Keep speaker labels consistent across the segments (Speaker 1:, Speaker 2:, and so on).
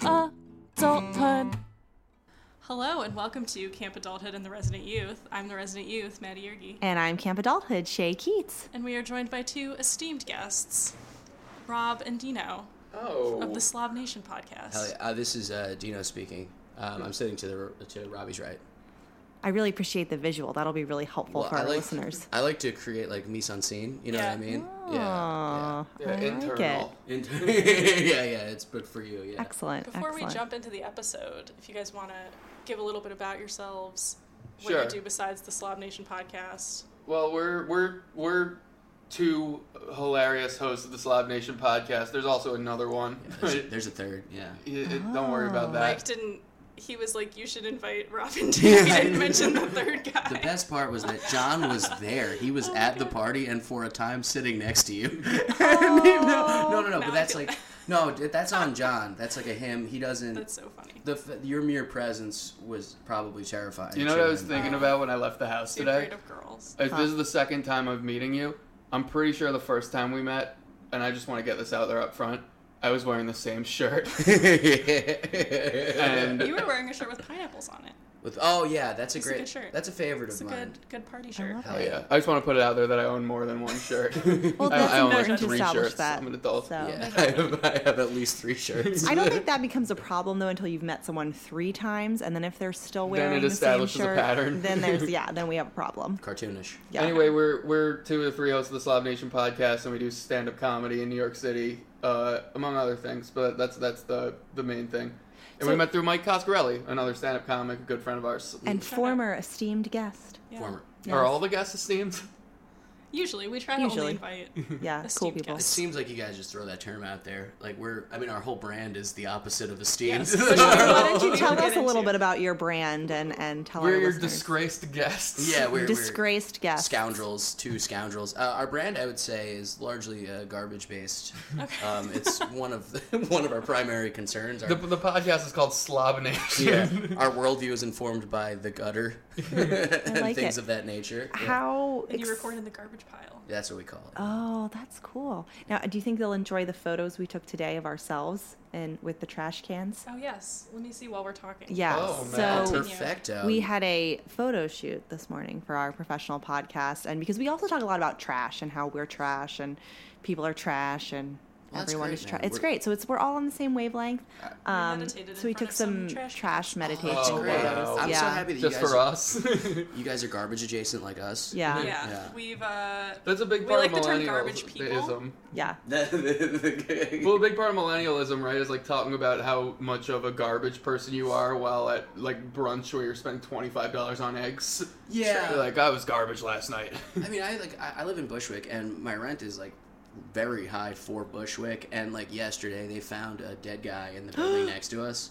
Speaker 1: Adulthood.
Speaker 2: Hello and welcome to Camp Adulthood and the Resident Youth. I'm the Resident Youth, Maddie Yergi,
Speaker 3: And I'm Camp Adulthood, Shay Keats.
Speaker 2: and we are joined by two esteemed guests, Rob and Dino
Speaker 4: Oh.
Speaker 2: of the Slav Nation podcast.
Speaker 4: Hell yeah. Uh, this is uh, Dino speaking. Um, I'm sitting to the to Robbie's right.
Speaker 3: I really appreciate the visual. That'll be really helpful
Speaker 4: Well,
Speaker 3: for our
Speaker 4: I like,
Speaker 3: listeners.
Speaker 4: I like to create like mise en scene. You know
Speaker 2: Yeah.
Speaker 4: what I mean?
Speaker 3: Aw, I like it.
Speaker 4: Yeah. And- yeah, yeah. It's but for you. Yeah.
Speaker 3: Excellent.
Speaker 2: Before
Speaker 3: excellent.
Speaker 2: we jump into the episode, if you guys want to give a little bit about yourselves, what
Speaker 5: Sure.
Speaker 2: you do besides the Slav Nation podcast,
Speaker 5: Well, we're we're we're two hilarious hosts of the Slav Nation podcast. There's also another one.
Speaker 4: There's, there's a third. Yeah.
Speaker 5: Y- y- Don't worry
Speaker 3: Oh.
Speaker 5: about
Speaker 2: Mike
Speaker 5: that.
Speaker 2: didn't. He was like, "You should invite Robin." Too. He didn't mention the third guy.
Speaker 4: The best part was that John was there. He was at the party and for a time sitting next to you. no, no, no, no.
Speaker 2: Now I
Speaker 4: But that's
Speaker 2: feel
Speaker 4: like
Speaker 2: bad.
Speaker 4: no. That's on John. That's like a him. He doesn't.
Speaker 2: That's so funny.
Speaker 4: the f- your mere presence was probably terrifying.
Speaker 5: You know what I was
Speaker 4: Shannon.
Speaker 5: thinking about when I left the house
Speaker 2: Be
Speaker 5: today?
Speaker 2: afraid of girls.
Speaker 5: If this is the second time I'm meeting you, I'm pretty sure the first time we met, and I just want to get this out there up front. I was wearing the same shirt, and
Speaker 2: You were wearing a shirt with pineapples on it.
Speaker 4: With oh yeah, that's a
Speaker 2: It's a
Speaker 4: great
Speaker 2: good shirt.
Speaker 4: That's a favorite
Speaker 2: It's a
Speaker 4: of mine.
Speaker 2: good, good party shirt.
Speaker 3: love
Speaker 4: Hell
Speaker 5: Oh,
Speaker 4: yeah.
Speaker 5: yeah, I just want to put it out there that I own more than one shirt.
Speaker 3: well,
Speaker 5: I,
Speaker 3: that's
Speaker 5: I own
Speaker 3: important
Speaker 5: like
Speaker 3: to
Speaker 5: three
Speaker 3: establish
Speaker 5: shirts.
Speaker 3: that.
Speaker 5: I'm an adult.
Speaker 3: So-
Speaker 4: Yeah, I have, I have at least three shirts.
Speaker 3: I don't think that becomes a problem though until you've met someone three times, and then if they're still wearing
Speaker 5: it
Speaker 3: the same
Speaker 5: establishes a
Speaker 3: shirt,
Speaker 5: pattern.
Speaker 3: then there's yeah, then we have a problem.
Speaker 4: Cartoonish.
Speaker 3: Yeah.
Speaker 5: Anyway, we're we're two of the three hosts of the Slav Nation podcast, and we do stand up comedy in New York City, uh, among other things. But that's that's the the main thing. And
Speaker 3: So-
Speaker 5: we met through Mike Coscarelli, another stand up comic, a good friend of ours.
Speaker 3: and
Speaker 2: Shut up.
Speaker 3: former esteemed guest.
Speaker 2: Yeah.
Speaker 4: Former.
Speaker 5: Are all the guests esteemed?
Speaker 2: Usually, we try
Speaker 3: Usually.
Speaker 2: to only invite.
Speaker 3: Yeah, cool
Speaker 2: Esteemed
Speaker 3: people.
Speaker 4: It seems like you guys just throw that term out there. Like we're, I mean, our whole brand is the opposite of esteemed.
Speaker 2: Yes. Why don't you
Speaker 3: Tell
Speaker 2: We'll
Speaker 3: us
Speaker 2: get
Speaker 3: a little
Speaker 2: into-
Speaker 3: bit about your brand and and tell
Speaker 5: We're
Speaker 3: our
Speaker 5: your
Speaker 3: listeners.
Speaker 5: disgraced guests.
Speaker 4: yeah, we're, we're
Speaker 3: disgraced guest.
Speaker 4: scoundrels, two scoundrels. Uh, our brand, I would say, is largely uh, garbage based. Um, it's one of the, one of our primary concerns. Our,
Speaker 5: The, the podcast is called Slav Nation.
Speaker 4: yeah, our worldview is informed by the gutter and
Speaker 3: like
Speaker 4: things
Speaker 3: it.
Speaker 4: of that nature.
Speaker 2: Ah.
Speaker 4: Yeah.
Speaker 3: How
Speaker 2: And you
Speaker 3: ex-
Speaker 2: record in the garbage pile.
Speaker 4: That's what we call it.
Speaker 3: Oh, that's cool. Now, do you think they'll enjoy the photos we took today of ourselves and with the trash cans?
Speaker 2: Oh yes. Let me see while we're talking.
Speaker 3: Yeah.
Speaker 5: Oh, man.
Speaker 3: so
Speaker 4: Perfecto.
Speaker 3: we had a photo shoot this morning for our professional podcast, and because we also talk a lot about trash and how we're trash and people are trash and
Speaker 4: That's
Speaker 3: everyone
Speaker 4: great,
Speaker 3: is trash.
Speaker 4: man.
Speaker 3: It's
Speaker 4: We're-
Speaker 3: great. So it's we're all on the same wavelength. Um,
Speaker 2: meditated in
Speaker 3: so we
Speaker 2: front
Speaker 3: took
Speaker 2: of some
Speaker 3: some,
Speaker 2: trash
Speaker 3: trash,
Speaker 2: cans.
Speaker 3: meditation.
Speaker 4: That's
Speaker 5: Oh,
Speaker 4: great.
Speaker 5: wow.
Speaker 4: I'm so
Speaker 3: Yeah.
Speaker 4: happy that
Speaker 5: Just
Speaker 4: you guys
Speaker 5: for us.
Speaker 4: You guys are garbage adjacent like us.
Speaker 3: Yeah.
Speaker 2: Yeah.
Speaker 4: Yeah.
Speaker 2: We've uh.
Speaker 5: That's a big
Speaker 2: We
Speaker 5: part
Speaker 2: like
Speaker 5: of
Speaker 2: the term
Speaker 5: millennialism.
Speaker 2: garbage people.
Speaker 3: Yeah.
Speaker 5: Well, a big part of millennialism, right, is like talking about how much of a garbage person you are while at like brunch where you're spending twenty five dollars on eggs.
Speaker 4: Yeah.
Speaker 5: You're like I was garbage last night.
Speaker 4: I mean, I like I I live in Bushwick, and my rent is like very high for Bushwick. And like yesterday, they found a dead guy in the building next to us.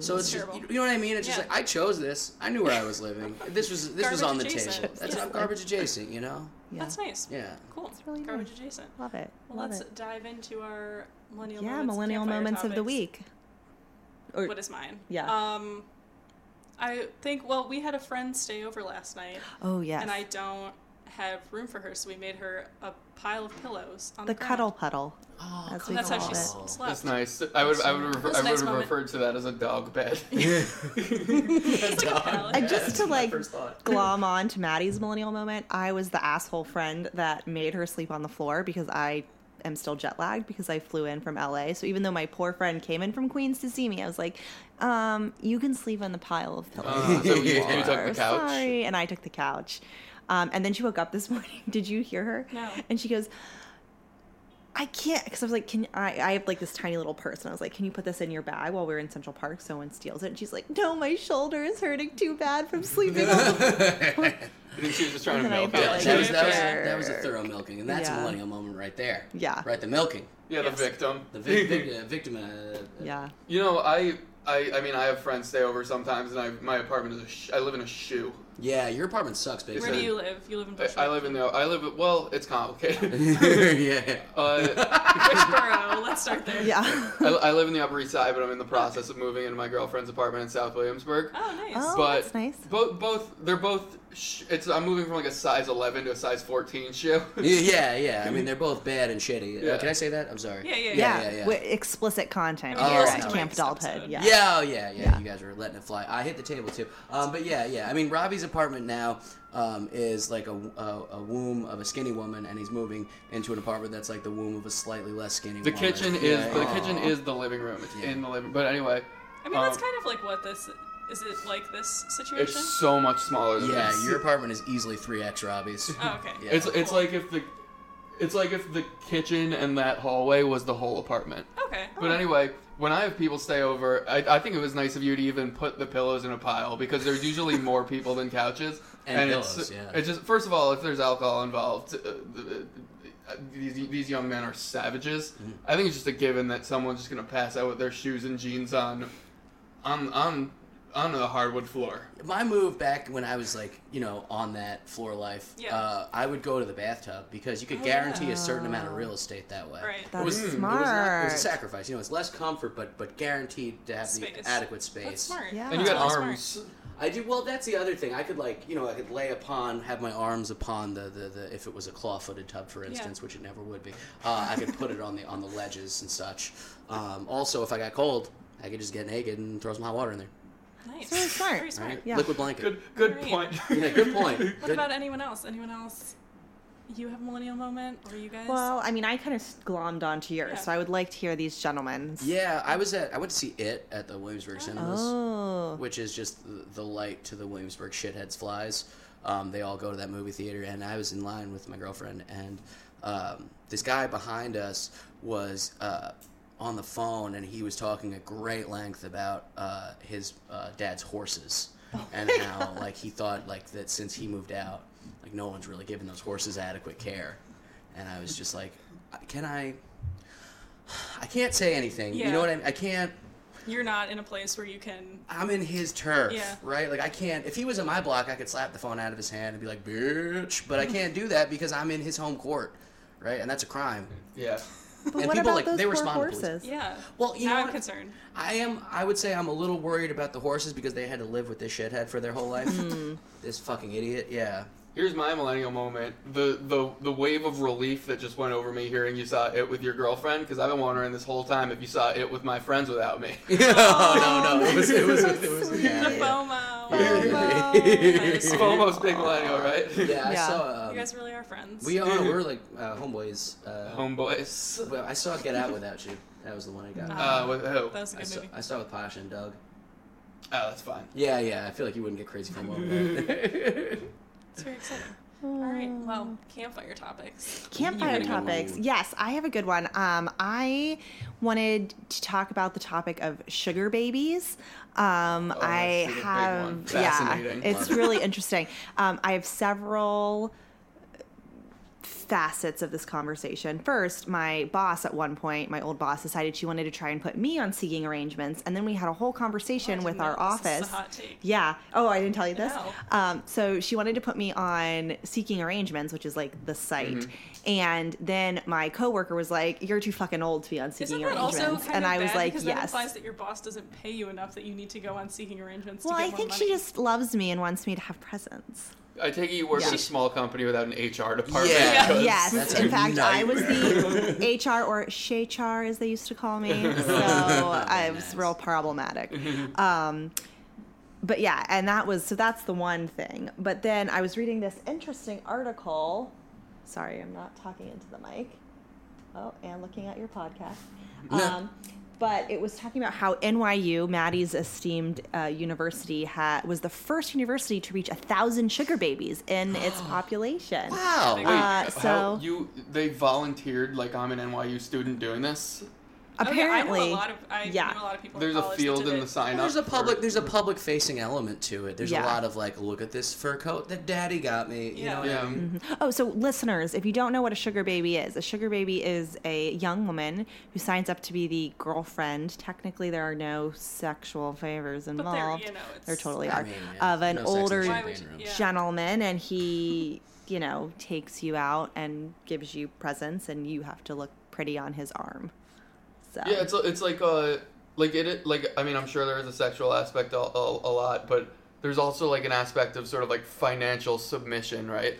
Speaker 4: So it's just,
Speaker 2: Terrible.
Speaker 4: you know what I mean. It's
Speaker 2: Yeah.
Speaker 4: just like I chose this. I knew where I was living. This was this was
Speaker 2: Garbage
Speaker 4: on the
Speaker 2: adjacent.
Speaker 4: table. That's
Speaker 2: Yeah.
Speaker 4: I'm garbage adjacent. You know.
Speaker 3: yeah.
Speaker 2: That's nice.
Speaker 4: Yeah.
Speaker 2: Cool.
Speaker 3: really
Speaker 2: garbage
Speaker 3: nice.
Speaker 2: adjacent.
Speaker 3: Love it.
Speaker 2: Well,
Speaker 3: Love
Speaker 2: let's
Speaker 3: it.
Speaker 2: dive into our millennial
Speaker 3: Yeah,
Speaker 2: moments,
Speaker 3: millennial
Speaker 2: campfire
Speaker 3: moments of the
Speaker 2: topics.
Speaker 3: week. Or-
Speaker 2: What is mine?
Speaker 3: Yeah.
Speaker 2: Um, I think. Well, we had a friend stay over last night,
Speaker 3: Oh yes.
Speaker 2: and I don't have room for her, so we made her a pile of pillows on the,
Speaker 3: the
Speaker 2: ground.
Speaker 3: cuddle puddle.
Speaker 4: Oh,
Speaker 3: That's
Speaker 4: come
Speaker 3: what
Speaker 2: That's how
Speaker 4: on.
Speaker 2: she s-
Speaker 3: Oh.
Speaker 2: slept.
Speaker 5: That's nice. I would I would refer,
Speaker 2: That's a
Speaker 5: I would
Speaker 2: nice
Speaker 5: have
Speaker 2: moment.
Speaker 5: referred to that as a dog bed.
Speaker 2: It's like a pallet.
Speaker 3: And just to like
Speaker 4: first thought.
Speaker 3: glom on to Maddie's millennial moment, I was the asshole friend that made her sleep on the floor because I am still jet lagged because I flew in from LA. So even though my poor friend came in from Queens to see me, I was like, um, you can sleep on the pile of pillows.
Speaker 5: Uh, so you, you took
Speaker 3: Or,
Speaker 5: the couch.
Speaker 3: Sorry. And I took the couch. Um, and then she woke up this morning. Did you hear her?
Speaker 2: No.
Speaker 3: And she goes, I can't, because I was like, can I, I have like this tiny little purse. And I was like, can you put this in your bag while we are in Central Park? So no one steals it. And she's like, no, my shoulder is hurting too bad from sleeping. on the-"
Speaker 5: I think she was just trying to
Speaker 3: And I
Speaker 5: milk
Speaker 3: felt
Speaker 4: Yeah,
Speaker 5: it.
Speaker 3: like-
Speaker 4: that was, that, was,
Speaker 2: Sure.
Speaker 4: that was a thorough milking, and that's a
Speaker 3: Yeah.
Speaker 4: millennial moment right there.
Speaker 3: Yeah.
Speaker 4: Right, the milking,
Speaker 5: yeah, the
Speaker 2: Yes.
Speaker 5: victim.
Speaker 4: the vic- vic- uh, victim. Uh,
Speaker 3: yeah.
Speaker 5: You know, I I, I mean, I have friends stay over sometimes, and I, my apartment is a sh- I live in a shoe.
Speaker 4: Yeah, your apartment sucks,
Speaker 2: Where do
Speaker 4: basically.
Speaker 2: you live? You live in
Speaker 5: I,
Speaker 2: Bushwick.
Speaker 5: I live in the I live well, it's complicated.
Speaker 4: yeah.
Speaker 5: uh,
Speaker 2: Bushboro. Let's start there.
Speaker 3: Yeah.
Speaker 5: I, I live in the Upper East Side, but I'm in the process of moving into my girlfriend's apartment in South Williamsburg.
Speaker 2: Oh, nice.
Speaker 3: Oh,
Speaker 5: but
Speaker 3: that's nice.
Speaker 5: Both both they're both. Sh- it's I'm moving from like a size 11 to a size 14 shoe.
Speaker 4: Yeah, yeah. I mean, they're both bad and shitty. Uh,
Speaker 5: Yeah.
Speaker 4: Can I say that? I'm sorry.
Speaker 2: Yeah, yeah,
Speaker 4: yeah. Yeah,
Speaker 3: With explicit content.
Speaker 2: I mean,
Speaker 4: you
Speaker 3: Yes,
Speaker 4: listened to my
Speaker 3: Camp
Speaker 2: next
Speaker 3: Adulthood.
Speaker 2: episode.
Speaker 3: Yeah.
Speaker 4: Yeah, oh, yeah, yeah,
Speaker 3: Yeah.
Speaker 4: You guys are letting it fly. I hit the table too. Um, but yeah, yeah. I mean, Robbie's apartment now um, is like a, a, a womb of a skinny woman, and he's moving into an apartment that's like the womb of a slightly less skinny.
Speaker 5: The
Speaker 4: woman.
Speaker 5: kitchen
Speaker 4: Yeah,
Speaker 5: is
Speaker 4: yeah.
Speaker 5: the kitchen is the living room. It's
Speaker 4: Yeah.
Speaker 5: in the living. But anyway,
Speaker 2: I mean, that's
Speaker 5: um,
Speaker 2: kind of like what this is. It like this
Speaker 5: it's
Speaker 2: situation.
Speaker 5: so much smaller. Than
Speaker 4: Yeah,
Speaker 5: this.
Speaker 4: your apartment is easily three X Robbie's.
Speaker 2: Oh, okay.
Speaker 4: Yeah.
Speaker 5: It's it's like if the it's like if the kitchen and that hallway was the whole apartment.
Speaker 2: Okay.
Speaker 3: Oh,
Speaker 5: But anyway, when I have people stay over, I, I think it was nice of you to even put the pillows in a pile because there's usually more people than couches.
Speaker 4: And
Speaker 5: it's,
Speaker 4: pillows, yeah.
Speaker 5: It's just first of all, if there's alcohol involved, uh, uh, these, these young men are savages.
Speaker 4: Mm-hmm.
Speaker 5: I think it's just a given that someone's just gonna pass out with their shoes and jeans on, on on on the hardwood floor.
Speaker 4: my move back when I was like, you know, on that floor life,
Speaker 2: Yeah.
Speaker 4: uh, I would go to the bathtub because you could
Speaker 2: Oh,
Speaker 4: guarantee a certain amount of real estate that way.
Speaker 2: Right.
Speaker 4: It
Speaker 3: That's
Speaker 4: was,
Speaker 5: Mm,
Speaker 4: it was not- it was
Speaker 3: smart.
Speaker 4: a sacrifice. You know, it's less comfort, but but guaranteed to have
Speaker 2: Space.
Speaker 4: the adequate space.
Speaker 2: That's smart.
Speaker 3: Yeah.
Speaker 5: and you got
Speaker 2: Oh, That's really
Speaker 5: arms.
Speaker 2: smart.
Speaker 4: I do. Well, that's the other thing. I could like, you know, I could lay upon, have my arms upon the the, the if it was a claw-footed tub, for instance, which it never would be. Uh, I could put it on the on the ledges and such. Um, also, if I got cold, I could just get naked and throw some hot water in there.
Speaker 2: Nice.
Speaker 3: really smart.
Speaker 2: Very
Speaker 4: All
Speaker 2: smart.
Speaker 4: right,
Speaker 3: Yeah.
Speaker 4: liquid blanket.
Speaker 5: Good good
Speaker 2: Great.
Speaker 5: point.
Speaker 4: Yeah, good point.
Speaker 2: What
Speaker 4: Good-
Speaker 2: about anyone else? Anyone else? You have a millennial moment, or you guys?
Speaker 3: Well, I mean, I kind of glommed onto yours,
Speaker 2: Yeah.
Speaker 3: so I would like to hear these gentlemen's.
Speaker 4: Yeah, I was at I went to see it at the Williamsburg Cinemas,
Speaker 3: Oh.
Speaker 4: which is just the, the light to the Williamsburg shitheads flies. Um, they all go to that movie theater, and I was in line with my girlfriend, and um, this guy behind us was uh, on the phone, and he was talking at great length about uh, his uh, dad's horses and how like he thought like that since he moved out, like no one's really giving those horses adequate care, and I was just like, can I? I can't say anything. You
Speaker 2: Yeah.
Speaker 4: know what I mean? I can't.
Speaker 2: You're not in a place where you can.
Speaker 4: I'm in his turf,
Speaker 2: Yeah.
Speaker 4: right? Like I can't. If he was in my block, I could slap the phone out of his hand and be like, "Bitch!" But I can't do that because I'm in his home court, right? And that's a crime.
Speaker 5: Yeah.
Speaker 3: But
Speaker 4: and
Speaker 3: what
Speaker 4: people,
Speaker 3: about
Speaker 4: like,
Speaker 3: those
Speaker 4: they
Speaker 3: poor
Speaker 4: respond to police.
Speaker 3: horses?
Speaker 2: Yeah.
Speaker 4: Well, you
Speaker 2: now
Speaker 4: know
Speaker 2: I'm
Speaker 4: what?
Speaker 2: concerned.
Speaker 4: I am. I would say I'm a little worried about the horses because they had to live with this shithead for their whole life.
Speaker 3: Hmm.
Speaker 4: this fucking idiot. Yeah.
Speaker 5: Here's my millennial moment: the the the wave of relief that just went over me hearing you saw it with your girlfriend, because I've been wondering this whole time if you saw it with my friends without me.
Speaker 4: oh no no. It was. It was. It was yeah,
Speaker 2: the
Speaker 4: yeah.
Speaker 2: FOMO.
Speaker 4: Yeah.
Speaker 2: That is-
Speaker 5: I'm almost big millennial, right?
Speaker 4: Yeah, I
Speaker 3: Yeah.
Speaker 4: saw.
Speaker 2: You
Speaker 4: Um,
Speaker 2: guys really are friends.
Speaker 4: we are. We're like uh, homeboys. Uh,
Speaker 5: Homeboys.
Speaker 4: well, I saw Get Out without you. That was the one I got.
Speaker 2: Um,
Speaker 5: Uh, with who? Oh,
Speaker 2: that was a
Speaker 4: I
Speaker 2: good
Speaker 4: saw,
Speaker 2: movie.
Speaker 4: I saw with Pasha and Doug.
Speaker 5: that's fine.
Speaker 4: Yeah, yeah. I feel like you wouldn't get crazy from all that.
Speaker 2: It's very exciting. All right. Well, campfire topics.
Speaker 3: Campfire
Speaker 4: Ooh.
Speaker 3: topics. Yes, I have a good one. Um, I wanted to talk about the topic of sugar babies. Um,
Speaker 5: Oh, that's a
Speaker 3: I
Speaker 5: big one.
Speaker 3: have, yeah,
Speaker 5: Fascinating.
Speaker 3: it's really interesting. Um, I have several facets of this conversation. First, my boss at one point, my old boss, decided she wanted to try and put me on seeking arrangements, and then we had a whole conversation
Speaker 2: I
Speaker 3: with
Speaker 2: didn't
Speaker 3: our
Speaker 2: know this. This
Speaker 3: office.
Speaker 2: is a hot take.
Speaker 3: Yeah. Oh, I didn't tell you this.
Speaker 2: No.
Speaker 3: Um, so she wanted to put me on Seeking Arrangements, which is like the site.
Speaker 2: Mm-hmm.
Speaker 3: And then my coworker was like, "You're too fucking old to be on Seeking
Speaker 2: Isn't that
Speaker 3: Arrangements."
Speaker 2: also kind of
Speaker 3: and I was
Speaker 2: bad?
Speaker 3: like,
Speaker 2: because that
Speaker 3: "Yes."
Speaker 2: implies that your boss doesn't pay you enough that you need to go on seeking arrangements.
Speaker 3: Well,
Speaker 2: to get
Speaker 3: I
Speaker 2: more
Speaker 3: think
Speaker 2: money.
Speaker 3: she just loves me and wants me to have presents.
Speaker 5: I take it you work
Speaker 3: Yeah.
Speaker 5: at a small company without an HR department.
Speaker 4: Yeah.
Speaker 5: because-
Speaker 3: yes.
Speaker 4: that's
Speaker 3: In
Speaker 4: a
Speaker 3: fact, I was
Speaker 4: nightmare.
Speaker 3: the HR or Shachar, as they used to call me. So I was
Speaker 4: Nice.
Speaker 3: real problematic. Um, but yeah, and that was so that's the one thing. But then I was reading this interesting article. Sorry, I'm not talking into the mic. Oh, and looking at your podcast. Um, but it was talking about how NYU, Maddie's esteemed uh, university, ha- was the first university to reach a thousand sugar babies in its population.
Speaker 4: Wow.
Speaker 5: Wait,
Speaker 3: Uh,
Speaker 5: how-
Speaker 3: so-
Speaker 5: you they volunteered like I'm an NYU student doing this?
Speaker 3: Apparently,
Speaker 2: oh, yeah, I know a lot of I
Speaker 3: yeah.
Speaker 2: knew a lot of people.
Speaker 5: There's
Speaker 2: in
Speaker 5: a
Speaker 2: college that
Speaker 5: field
Speaker 2: did
Speaker 5: in
Speaker 2: it.
Speaker 5: the sign
Speaker 4: Well,
Speaker 5: up.
Speaker 4: there's a public
Speaker 5: for-
Speaker 4: there's a public facing element to it. There's
Speaker 3: Yeah.
Speaker 4: a lot of like, look at this fur coat that daddy got me. You
Speaker 2: Yeah.
Speaker 4: know what
Speaker 5: Yeah.
Speaker 4: I mean?
Speaker 3: Oh, so listeners, if you don't know what a sugar baby is, a sugar baby is a young woman who signs up to be the girlfriend. Technically, there are no sexual favors
Speaker 2: you
Speaker 3: involved.
Speaker 2: know,
Speaker 3: there
Speaker 2: it's-
Speaker 3: totally
Speaker 4: I
Speaker 3: are.
Speaker 4: mean, yeah,
Speaker 3: Of an
Speaker 4: no sex in
Speaker 3: older
Speaker 4: the
Speaker 2: Why would
Speaker 4: champagne
Speaker 2: you-
Speaker 4: room.
Speaker 2: yeah.
Speaker 3: gentleman, and he, you know, takes you out and gives you presents, and you have to look pretty on his arm. So
Speaker 5: Yeah, it's it's like uh like it like I mean I'm sure there is a sexual aspect a, a, a lot, but there's also like an aspect of sort of like financial submission, right?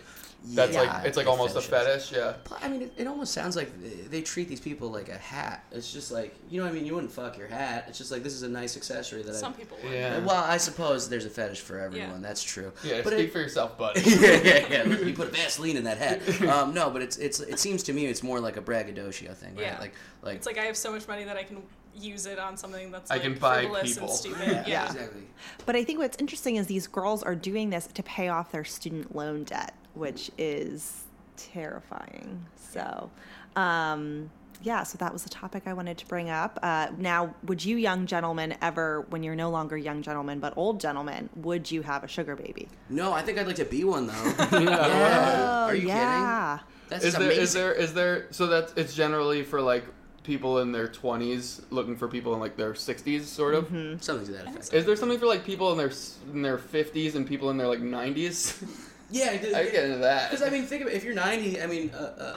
Speaker 5: That's
Speaker 4: Yeah,
Speaker 5: like it's like almost a
Speaker 4: fetishes.
Speaker 5: fetish, yeah.
Speaker 4: But, I mean, it, it almost sounds like they- they treat these people like a hat. It's just like you know what I mean. You wouldn't fuck your hat. It's just like this is a nice accessory that
Speaker 2: Some
Speaker 4: I.
Speaker 2: people.
Speaker 5: Yeah.
Speaker 4: Well, I suppose there's a fetish for everyone.
Speaker 2: Yeah.
Speaker 4: That's true.
Speaker 5: Yeah,
Speaker 4: but
Speaker 5: speak
Speaker 4: it-
Speaker 5: for yourself, bud.
Speaker 4: yeah, yeah, yeah. Look, you put Vaseline in that hat. Um, no, but it's it's it seems to me it's more like a braggadocio thing, right?
Speaker 2: Yeah.
Speaker 4: Like like
Speaker 2: It's like I have so much money that I can use it on something that's
Speaker 5: I
Speaker 2: like,
Speaker 5: can buy
Speaker 2: frivolous
Speaker 5: people.
Speaker 2: and stupid.
Speaker 4: yeah,
Speaker 2: Yeah.
Speaker 3: Yeah.
Speaker 4: exactly.
Speaker 3: But I think what's interesting is these girls are doing this to pay off their student loan debt, which is terrifying. So, um, yeah, so that was the topic I wanted to bring up. Uh, now, would you young gentlemen ever, when you're no longer young gentlemen but old gentlemen, would you have a sugar baby?
Speaker 4: No, I think I'd like to be one though.
Speaker 5: Yeah.
Speaker 4: Are you
Speaker 3: Oh, yeah.
Speaker 4: kidding? That's
Speaker 5: Is there
Speaker 4: amazing.
Speaker 5: is there is there so that's it's generally for like people in their 20s looking for people in like their 60s sort of.
Speaker 4: Something to that effect.
Speaker 5: Is there something for like people in their s- in their 50s and people in their like 90s?
Speaker 4: Yeah,
Speaker 5: I could get into that.
Speaker 4: Because I mean, think of it. If you're 90, I mean, uh,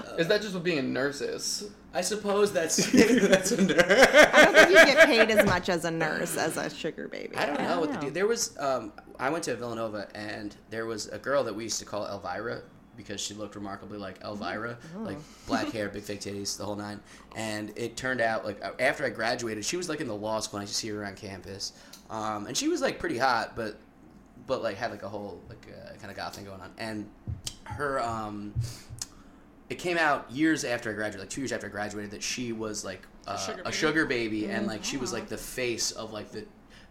Speaker 4: uh, uh,
Speaker 5: Is that just what being a nurse is?
Speaker 4: I suppose that's that's a nerd.
Speaker 3: I don't think you get paid as much as a nurse as a sugar baby.
Speaker 4: I don't know what to do. There was, um, I went to Villanova, and there was a girl that we used to call Elvira because she looked remarkably like Elvira, like black hair, big fake titties, the whole nine. And it turned out, like a- after I graduated, she was like in the law school, and I used to see her on campus, um, and she was like pretty hot, but but like had like a whole like uh, kind of goth thing going on, and her. Um, it came out years after I graduated, like two years after I graduated, that she was like uh, a
Speaker 2: sugar baby. Mm-hmm. Oh.
Speaker 4: sugar baby, and like she was like the face of like the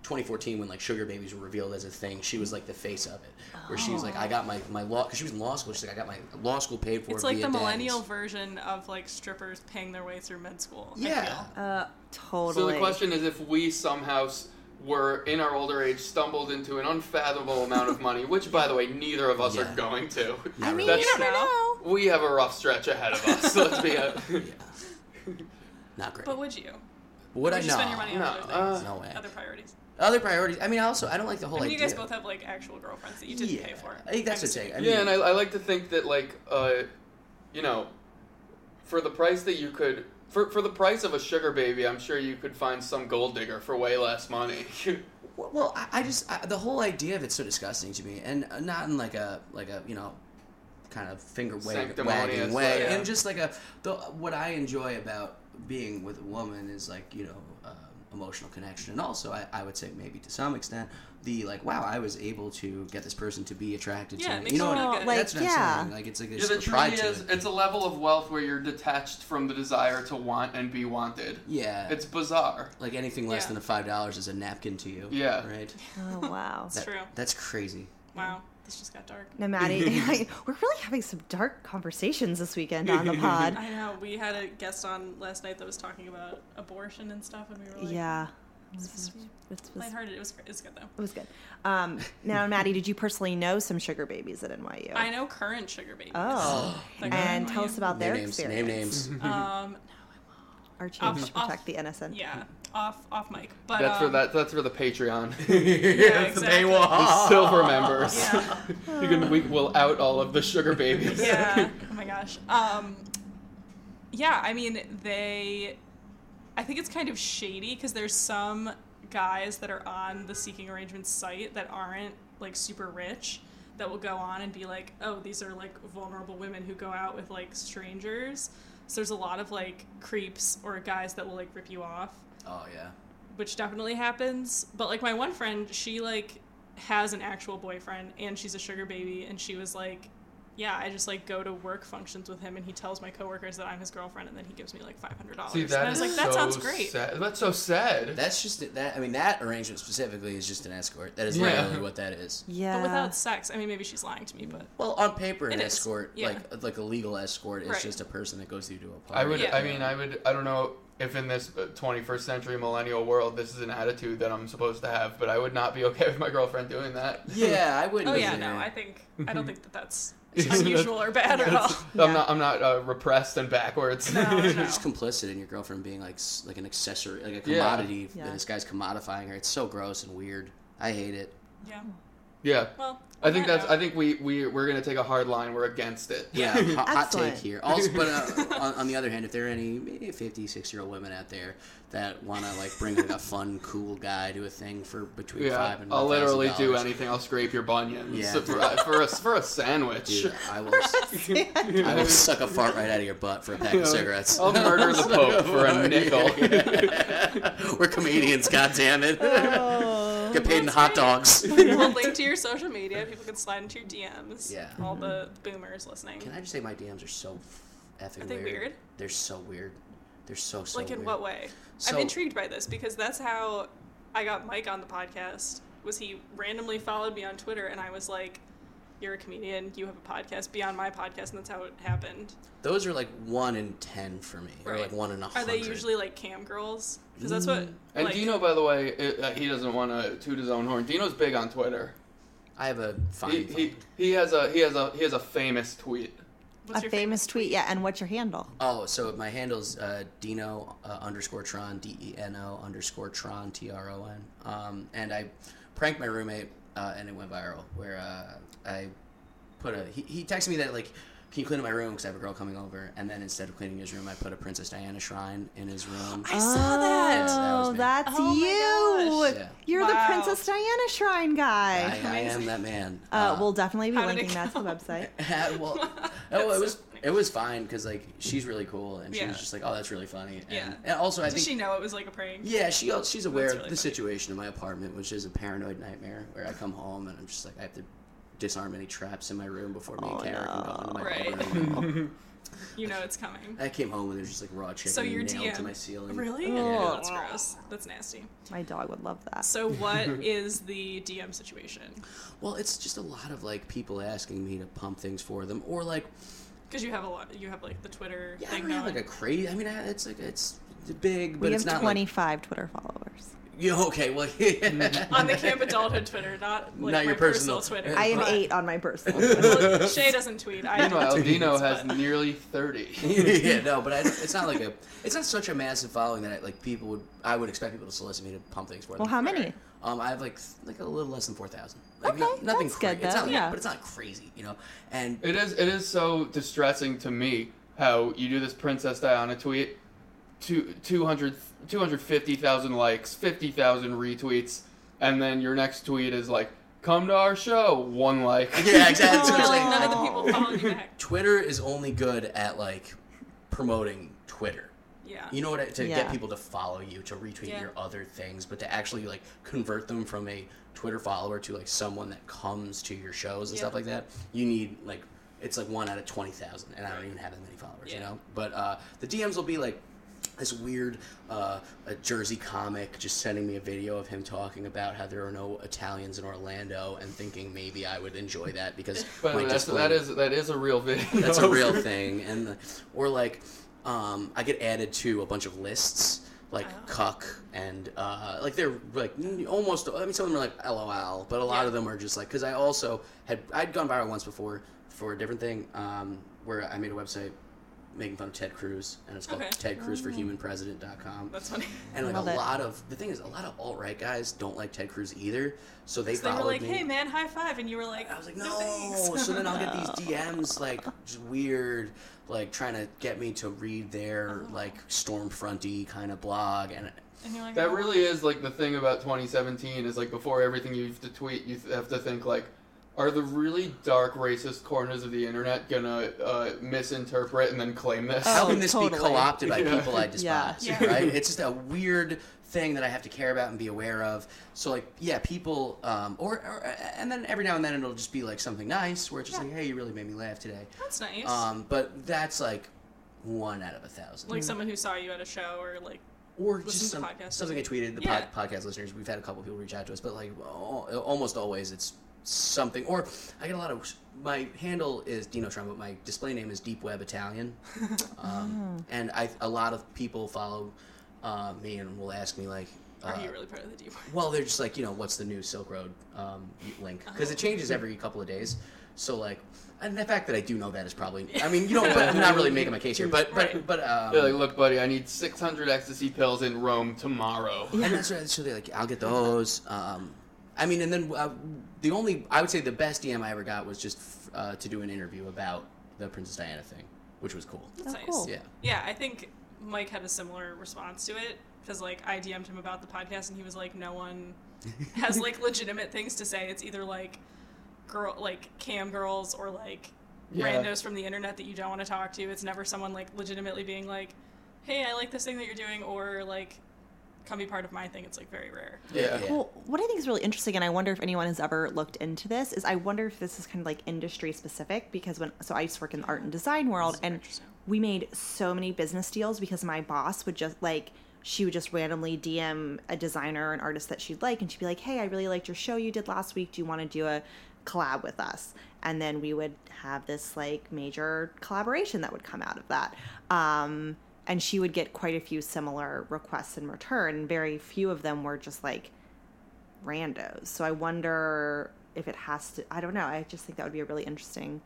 Speaker 4: 2014 when like sugar babies were revealed as a thing. She was like the face of it, where she was like, I got my my law because she was in law school. She's like, I got my law school paid for.
Speaker 2: It's like
Speaker 4: via
Speaker 2: the millennial
Speaker 4: daddies."
Speaker 2: version of like strippers paying their way through med school. I
Speaker 4: Yeah,
Speaker 2: feel.
Speaker 3: Uh,
Speaker 5: So
Speaker 3: totally.
Speaker 5: the question is if we somehow s- were in our older age stumbled into an unfathomable amount of money, which by the way neither of us
Speaker 4: Yeah.
Speaker 5: are going to.
Speaker 4: I mean,
Speaker 5: That's-
Speaker 2: you don't know.
Speaker 5: We have a rough stretch ahead of us. Let's be a,
Speaker 4: not great.
Speaker 2: But would you?
Speaker 4: Would
Speaker 2: Would
Speaker 4: I
Speaker 2: you
Speaker 4: no.
Speaker 2: spend your money on
Speaker 5: No,
Speaker 2: other
Speaker 5: uh,
Speaker 2: things,
Speaker 4: No way.
Speaker 2: other priorities?
Speaker 4: Other priorities. I mean, I also I don't like the whole
Speaker 2: I mean, you
Speaker 4: idea.
Speaker 2: guys both have like actual girlfriends that you didn't
Speaker 4: yeah.
Speaker 2: pay for.
Speaker 4: I think that's
Speaker 2: I'm
Speaker 4: the thing.
Speaker 2: assuming.
Speaker 4: I mean,
Speaker 5: yeah, and I, I like to think that like uh, you know, for the price that you could for for the price of a sugar baby, I'm sure you could find some gold digger for way less money.
Speaker 4: Well, I, I just I, the whole idea of it's so disgusting to me, and uh, not in like a like a you know kind of finger wag- wagging
Speaker 5: Sanctimonious,
Speaker 4: way,
Speaker 5: yeah.
Speaker 4: and just like a the, what I enjoy about being with a woman is like you know um, emotional connection, and also I, I would say maybe to some extent the like wow I was able to get this person to be attracted
Speaker 2: Yeah,
Speaker 4: to
Speaker 2: it
Speaker 4: me.
Speaker 2: makes
Speaker 4: you
Speaker 2: you
Speaker 4: know what
Speaker 2: feel
Speaker 4: I
Speaker 2: good.
Speaker 4: mean? That's what
Speaker 3: Like, yeah.
Speaker 4: I'm saying. Like it's like
Speaker 5: yeah,
Speaker 4: there's
Speaker 5: the
Speaker 4: a pride
Speaker 5: truth
Speaker 4: to
Speaker 5: is
Speaker 4: it.
Speaker 5: it's a level of wealth where you're detached from the desire to want and be wanted.
Speaker 4: Yeah,
Speaker 5: It's bizarre.
Speaker 4: like anything less
Speaker 2: Yeah.
Speaker 4: than a five dollars is a napkin to you.
Speaker 5: Yeah.
Speaker 4: right.
Speaker 3: Oh, wow.
Speaker 4: That-
Speaker 2: true.
Speaker 4: That's crazy.
Speaker 2: Wow, this just got dark.
Speaker 3: No, Maddie, we're really having some dark conversations this weekend on the pod.
Speaker 2: I know. We had a guest on last night that was talking about abortion and stuff, and we were like,
Speaker 3: Yeah.
Speaker 2: It's-
Speaker 3: It was,
Speaker 2: lighthearted. It was it was good though.
Speaker 3: it was good. Um, now, Maddie, did you personally know some sugar babies at NYU?
Speaker 2: I know current sugar babies.
Speaker 3: Oh.
Speaker 2: That go to
Speaker 3: And tell
Speaker 2: NYU.
Speaker 3: us about their
Speaker 4: name names.
Speaker 3: experience.
Speaker 4: Name
Speaker 5: Mm-hmm.
Speaker 4: names.
Speaker 2: Um,
Speaker 3: Our change
Speaker 2: Off-
Speaker 3: to protect
Speaker 2: off-
Speaker 3: the innocent.
Speaker 2: yeah, off off mic. But
Speaker 5: That's for
Speaker 2: um,
Speaker 5: that. That's for the Patreon.
Speaker 4: yeah,
Speaker 2: exactly.
Speaker 5: The silver members.
Speaker 2: Yeah.
Speaker 5: You can we will out all of the sugar babies.
Speaker 2: yeah. Oh my gosh. Um, yeah, I mean, they. I think it's kind of shady because there's some guys that are on the Seeking Arrangements site that aren't like super rich that will go on and be like, oh, these are like vulnerable women who go out with like strangers. So there's a lot of like creeps or guys that will like rip you off
Speaker 4: Oh yeah.
Speaker 2: which definitely happens. But like my one friend, she like has an actual boyfriend and she's a sugar baby and she was like, yeah, I just like go to work functions with him and he tells my coworkers that I'm his girlfriend and then he gives me like $500.
Speaker 5: See,
Speaker 2: and I
Speaker 5: that
Speaker 2: was
Speaker 5: is
Speaker 2: like, that
Speaker 5: so
Speaker 2: sounds great.
Speaker 5: Sad. That's so sad.
Speaker 4: That's just that. I mean, that arrangement specifically is just an escort. That is
Speaker 5: Yeah.
Speaker 4: literally what that is.
Speaker 3: Yeah.
Speaker 2: But without sex, I mean, maybe she's lying to me, but
Speaker 4: Well, on paper, an
Speaker 2: It is,
Speaker 4: escort,
Speaker 2: yeah.
Speaker 4: like like a legal escort, is
Speaker 2: Right.
Speaker 4: just a person that goes through to a party.
Speaker 5: I would.
Speaker 2: Yeah.
Speaker 5: I mean, I would. I don't know if in this uh, 21st century millennial world this is an attitude that I'm supposed to have, but I would not be okay with my girlfriend doing that.
Speaker 4: Yeah, I wouldn't.
Speaker 2: Oh yeah,
Speaker 4: either.
Speaker 2: no, I think I don't think that that's
Speaker 5: Mm-hmm. That's-
Speaker 2: unusual or bad at all.
Speaker 5: I'm not I'm not uh, repressed and backwards.
Speaker 2: No,
Speaker 4: You're
Speaker 2: no.
Speaker 4: just complicit in your girlfriend being like s- like an accessory, like a
Speaker 5: Yeah.
Speaker 4: commodity.
Speaker 3: Yeah.
Speaker 4: And this guy's commodifying her. It's so gross and weird. I hate it.
Speaker 2: Yeah.
Speaker 5: yeah.
Speaker 2: Well,
Speaker 5: I
Speaker 2: on
Speaker 5: think
Speaker 2: that
Speaker 5: that's
Speaker 2: note-
Speaker 5: I think we we we're going to take a hard line. We're against it.
Speaker 4: Yeah, hot, hot take
Speaker 3: Excellent.
Speaker 4: here. Also, but uh, on, on the other hand, if there are any maybe 56 year old women out there that want to like bring like a fun, cool guy to a thing for between
Speaker 5: Yeah,
Speaker 4: five and
Speaker 5: I'll literally do
Speaker 4: $1,000,
Speaker 5: anything. I'll scrape your bunions
Speaker 4: Yeah.
Speaker 5: for, for a for a sandwich.
Speaker 4: Dude, I will, I will suck a fart right out of your butt for a pack of cigarettes.
Speaker 5: I'll murder the Pope for a nickel.
Speaker 4: We're comedians, goddammit.
Speaker 3: Oh.
Speaker 4: Get paid in hot dogs.
Speaker 2: we'll link to your social media. People can slide into your DMs.
Speaker 4: Yeah.
Speaker 2: All the boomers listening.
Speaker 4: Can I just say my DMs are so effing
Speaker 2: Are they weird?
Speaker 4: They're so weird. They're so so
Speaker 2: like in
Speaker 4: weird.
Speaker 2: what way?
Speaker 4: So-
Speaker 2: I'm intrigued by this because that's how I got Mike on the podcast. Was he randomly followed me on Twitter and I was like, "You're a comedian. You have a podcast. Be on my podcast." And that's how it happened.
Speaker 4: Those are like one in ten for me, or like one in a
Speaker 2: Are
Speaker 4: hundred. Mm.
Speaker 2: they usually like cam girls? Because that's what.
Speaker 5: And
Speaker 2: like,
Speaker 5: Dino, by the way, i uh, he doesn't want to toot his own horn. Dino's big on Twitter.
Speaker 4: I have a fine.
Speaker 5: He, he,
Speaker 4: phone.
Speaker 5: he has a he has a he has a famous tweet.
Speaker 2: What's
Speaker 3: A
Speaker 2: your
Speaker 3: famous tweet, yeah. And what's your handle?
Speaker 4: Oh, so my handle's uh, Dino uh, underscore Tron, D E N O underscore Tron, T R O N. Um, and I pranked my roommate, uh, and it went viral. Where uh, I put a he, he texted me that like, can you clean up my room because I have a girl coming over? And then instead of cleaning his room, I put a Princess Diana shrine in his room.
Speaker 2: I saw that.
Speaker 4: Yes, that was
Speaker 3: Oh,
Speaker 4: me.
Speaker 3: that's
Speaker 2: Oh my
Speaker 3: you.
Speaker 4: gosh. Yeah.
Speaker 3: You're
Speaker 2: Wow.
Speaker 3: the Princess Diana Shrine
Speaker 4: I,
Speaker 3: guy.
Speaker 4: I am that man.
Speaker 3: uh, we'll definitely be
Speaker 2: how did it
Speaker 3: linking that to the
Speaker 2: go?
Speaker 3: website.
Speaker 4: well, oh, it was it was fine because like she's really cool and she
Speaker 2: Yeah.
Speaker 4: was just like, oh, that's really funny. And,
Speaker 2: Yeah.
Speaker 4: and also, I
Speaker 2: Did
Speaker 4: think
Speaker 2: she know it was like a prank?
Speaker 4: Yeah, she al- she's aware
Speaker 2: That's
Speaker 4: of the
Speaker 2: really funny.
Speaker 4: situation in my apartment, which is a paranoid nightmare. Where I come home and I'm just like, I have to disarm any traps in my room before me
Speaker 3: Oh,
Speaker 4: and Kara can go into my
Speaker 2: Right.
Speaker 4: bedroom.
Speaker 2: You know it's coming.
Speaker 4: I came home and there's just like raw chicken
Speaker 2: So your
Speaker 4: nailed to
Speaker 2: DM
Speaker 4: my ceiling.
Speaker 2: Really?
Speaker 4: Yeah.
Speaker 2: Oh, That's gross. That's nasty.
Speaker 3: My dog would love that.
Speaker 2: So what is the DM situation?
Speaker 4: Well, it's just a lot of like people asking me to pump things for them, or like
Speaker 2: Because you have a lot. You have like the Twitter
Speaker 4: yeah, I
Speaker 2: thing
Speaker 4: don't have
Speaker 2: going.
Speaker 4: like a crazy. I mean, I- it's like it's big, but
Speaker 3: we
Speaker 4: it's
Speaker 3: have
Speaker 4: not
Speaker 3: 25 Twitter followers.
Speaker 4: like yeah. Okay, well, yeah.
Speaker 2: on the Camp Adulthood Twitter, not like
Speaker 4: Not your
Speaker 2: my personal,
Speaker 4: personal.
Speaker 2: Twitter.
Speaker 3: I am
Speaker 2: but-
Speaker 3: eight on my personal. Twitter.
Speaker 2: Well, Shay doesn't tweet. I
Speaker 5: Meanwhile,
Speaker 2: don't tweet.
Speaker 5: Dino has
Speaker 2: but-
Speaker 5: nearly thirty.
Speaker 4: yeah, no, but I, it's not like a, it's not such a massive following that I, like people would, I would expect people to solicit me to pump things for them.
Speaker 3: well, how many?
Speaker 4: Um, I have like like a little less than four thousand. Like,
Speaker 3: Okay,
Speaker 4: nothing
Speaker 3: that's
Speaker 4: cra-
Speaker 3: good,
Speaker 4: It's
Speaker 3: though,
Speaker 4: not,
Speaker 3: yeah.
Speaker 4: but it's not crazy, you know. And
Speaker 5: It is it is so distressing to me how you do this Princess Diana tweet, two, 200 250,000 likes, fifty thousand retweets, and then your next tweet is like, "Come to our show," one like.
Speaker 4: yeah, exactly. So
Speaker 2: It's
Speaker 4: it's
Speaker 2: like
Speaker 4: like,
Speaker 2: none of the people follow you back.
Speaker 4: Twitter is only good at like promoting Twitter.
Speaker 2: Yeah.
Speaker 4: You know what? I- To
Speaker 3: Yeah.
Speaker 4: get people to follow you, to retweet
Speaker 2: Yeah.
Speaker 4: your other things, but to actually like convert them from a Twitter follower to like someone that comes to your shows and
Speaker 2: Yeah.
Speaker 4: stuff like that, you need like it's like one out of twenty thousand, and I don't even have that many followers, you
Speaker 2: Yeah.
Speaker 4: know. But uh, the DMs will be like this weird uh, a Jersey comic just sending me a video of him talking about how there are no Italians in Orlando, and thinking maybe I would enjoy that because
Speaker 5: By the way,
Speaker 4: Wayne
Speaker 5: that's,
Speaker 4: just
Speaker 5: that
Speaker 4: played-
Speaker 5: is that is a real video.
Speaker 4: that's a real thing. And the, or like, um, I get added to a bunch of lists, like
Speaker 2: Oh.
Speaker 4: cuck and uh, like they're like n- almost. I mean, some of them are like LOL, but a lot of them are just like because I also had I'd gone viral once before for a different thing um, where I made a website making fun of Ted Cruz, and it's called
Speaker 2: Okay. Mm.
Speaker 4: Ted Cruz for Human President.com.
Speaker 2: That's funny.
Speaker 4: and like
Speaker 3: Love
Speaker 4: a
Speaker 3: it.
Speaker 4: lot of the thing is, a lot of alt right guys don't like Ted Cruz either, so they
Speaker 2: So they were
Speaker 4: followed
Speaker 2: like,
Speaker 4: me.
Speaker 2: "Hey man, high five. and you were like,
Speaker 4: I was like,
Speaker 2: no." thanks."
Speaker 4: no. so then I'll get these DMs like just weird, like trying to get me to read their
Speaker 2: Uh-huh.
Speaker 4: like stormfronty kind of blog, and
Speaker 2: And you're like,
Speaker 5: That
Speaker 2: "Oh."
Speaker 5: really is like the thing about 2017 is like before everything you have to tweet, you have to think like, are the really dark racist corners of the internet gonna uh, misinterpret and then claim this?
Speaker 4: how
Speaker 3: Oh,
Speaker 4: can this be
Speaker 3: totally.
Speaker 4: co-opted by
Speaker 5: Yeah.
Speaker 4: people I despise?
Speaker 2: Yeah.
Speaker 4: Right? It's just a weird thing that I have to care about and be aware of. So like, yeah, people, um, or, or and then every now and then it'll just be like something nice where it's just like, hey, you really made me laugh today.
Speaker 2: That's nice.
Speaker 4: Um, mm. but that's like one out of a thousand.
Speaker 2: like someone who saw you at a show or like,
Speaker 4: or
Speaker 2: Listen
Speaker 4: just
Speaker 2: to
Speaker 4: some,
Speaker 2: podcasts.
Speaker 4: something I tweeted. The
Speaker 2: Yeah.
Speaker 4: pod, podcast listeners, we've had a couple people reach out to us, but like al- almost always, it's something. Or I get a lot of. My handle is Dino Trump, but my display name is Deep Web Italian. Um,
Speaker 2: Ah.
Speaker 4: And I, a lot of people follow uh, me and will ask me like.
Speaker 2: Are
Speaker 4: uh,
Speaker 2: you really part of the deep web?
Speaker 4: well, they're just like, you know, what's the new Silk Road um, link?
Speaker 2: Uh-huh.
Speaker 4: Because it changes every couple of days. So like, and the fact that I do know that is probably, I mean, you know, but I'm not really making my case here. But but
Speaker 2: Right.
Speaker 4: but um,
Speaker 5: They're like, look, buddy, I need 600 ecstasy pills in Rome tomorrow.
Speaker 4: and that's right. So they like, I'll get those. Um, I mean, and then uh, the only, I would say, the best DM I ever got was just uh, to do an interview about the Princess Diana thing, which was cool.
Speaker 2: That's
Speaker 3: Oh,
Speaker 2: nice.
Speaker 3: cool.
Speaker 4: Yeah.
Speaker 2: Yeah, I think Mike had a similar response to it because like I DM'd him about the podcast and he was like, no one has like legitimate things to say. It's either like girl, like cam girls or like
Speaker 5: Yeah.
Speaker 2: randos from the internet that you don't want to talk to. It's never someone like legitimately being like, hey, I like this thing that you're doing or like come be part of my thing. It's like very rare.
Speaker 5: Yeah.
Speaker 4: Yeah.
Speaker 3: Well, what I think is really interesting, and I wonder if anyone has ever looked into this, is I wonder if this is kind of like industry specific because when so I used to work in the art and design world, and
Speaker 2: interesting.
Speaker 3: we made so many business deals because my boss would just like she would just randomly DM a designer or an artist that she'd like, and she'd be like, "Hey, I really liked your show you did last week. Do you want to do a collab with us?" And then we would have this like major collaboration that would come out of that. Um, and she would get quite a few similar requests in return. Very few of them were just like randos. So I wonder if it has to. I don't know. I just think that would be a really interesting,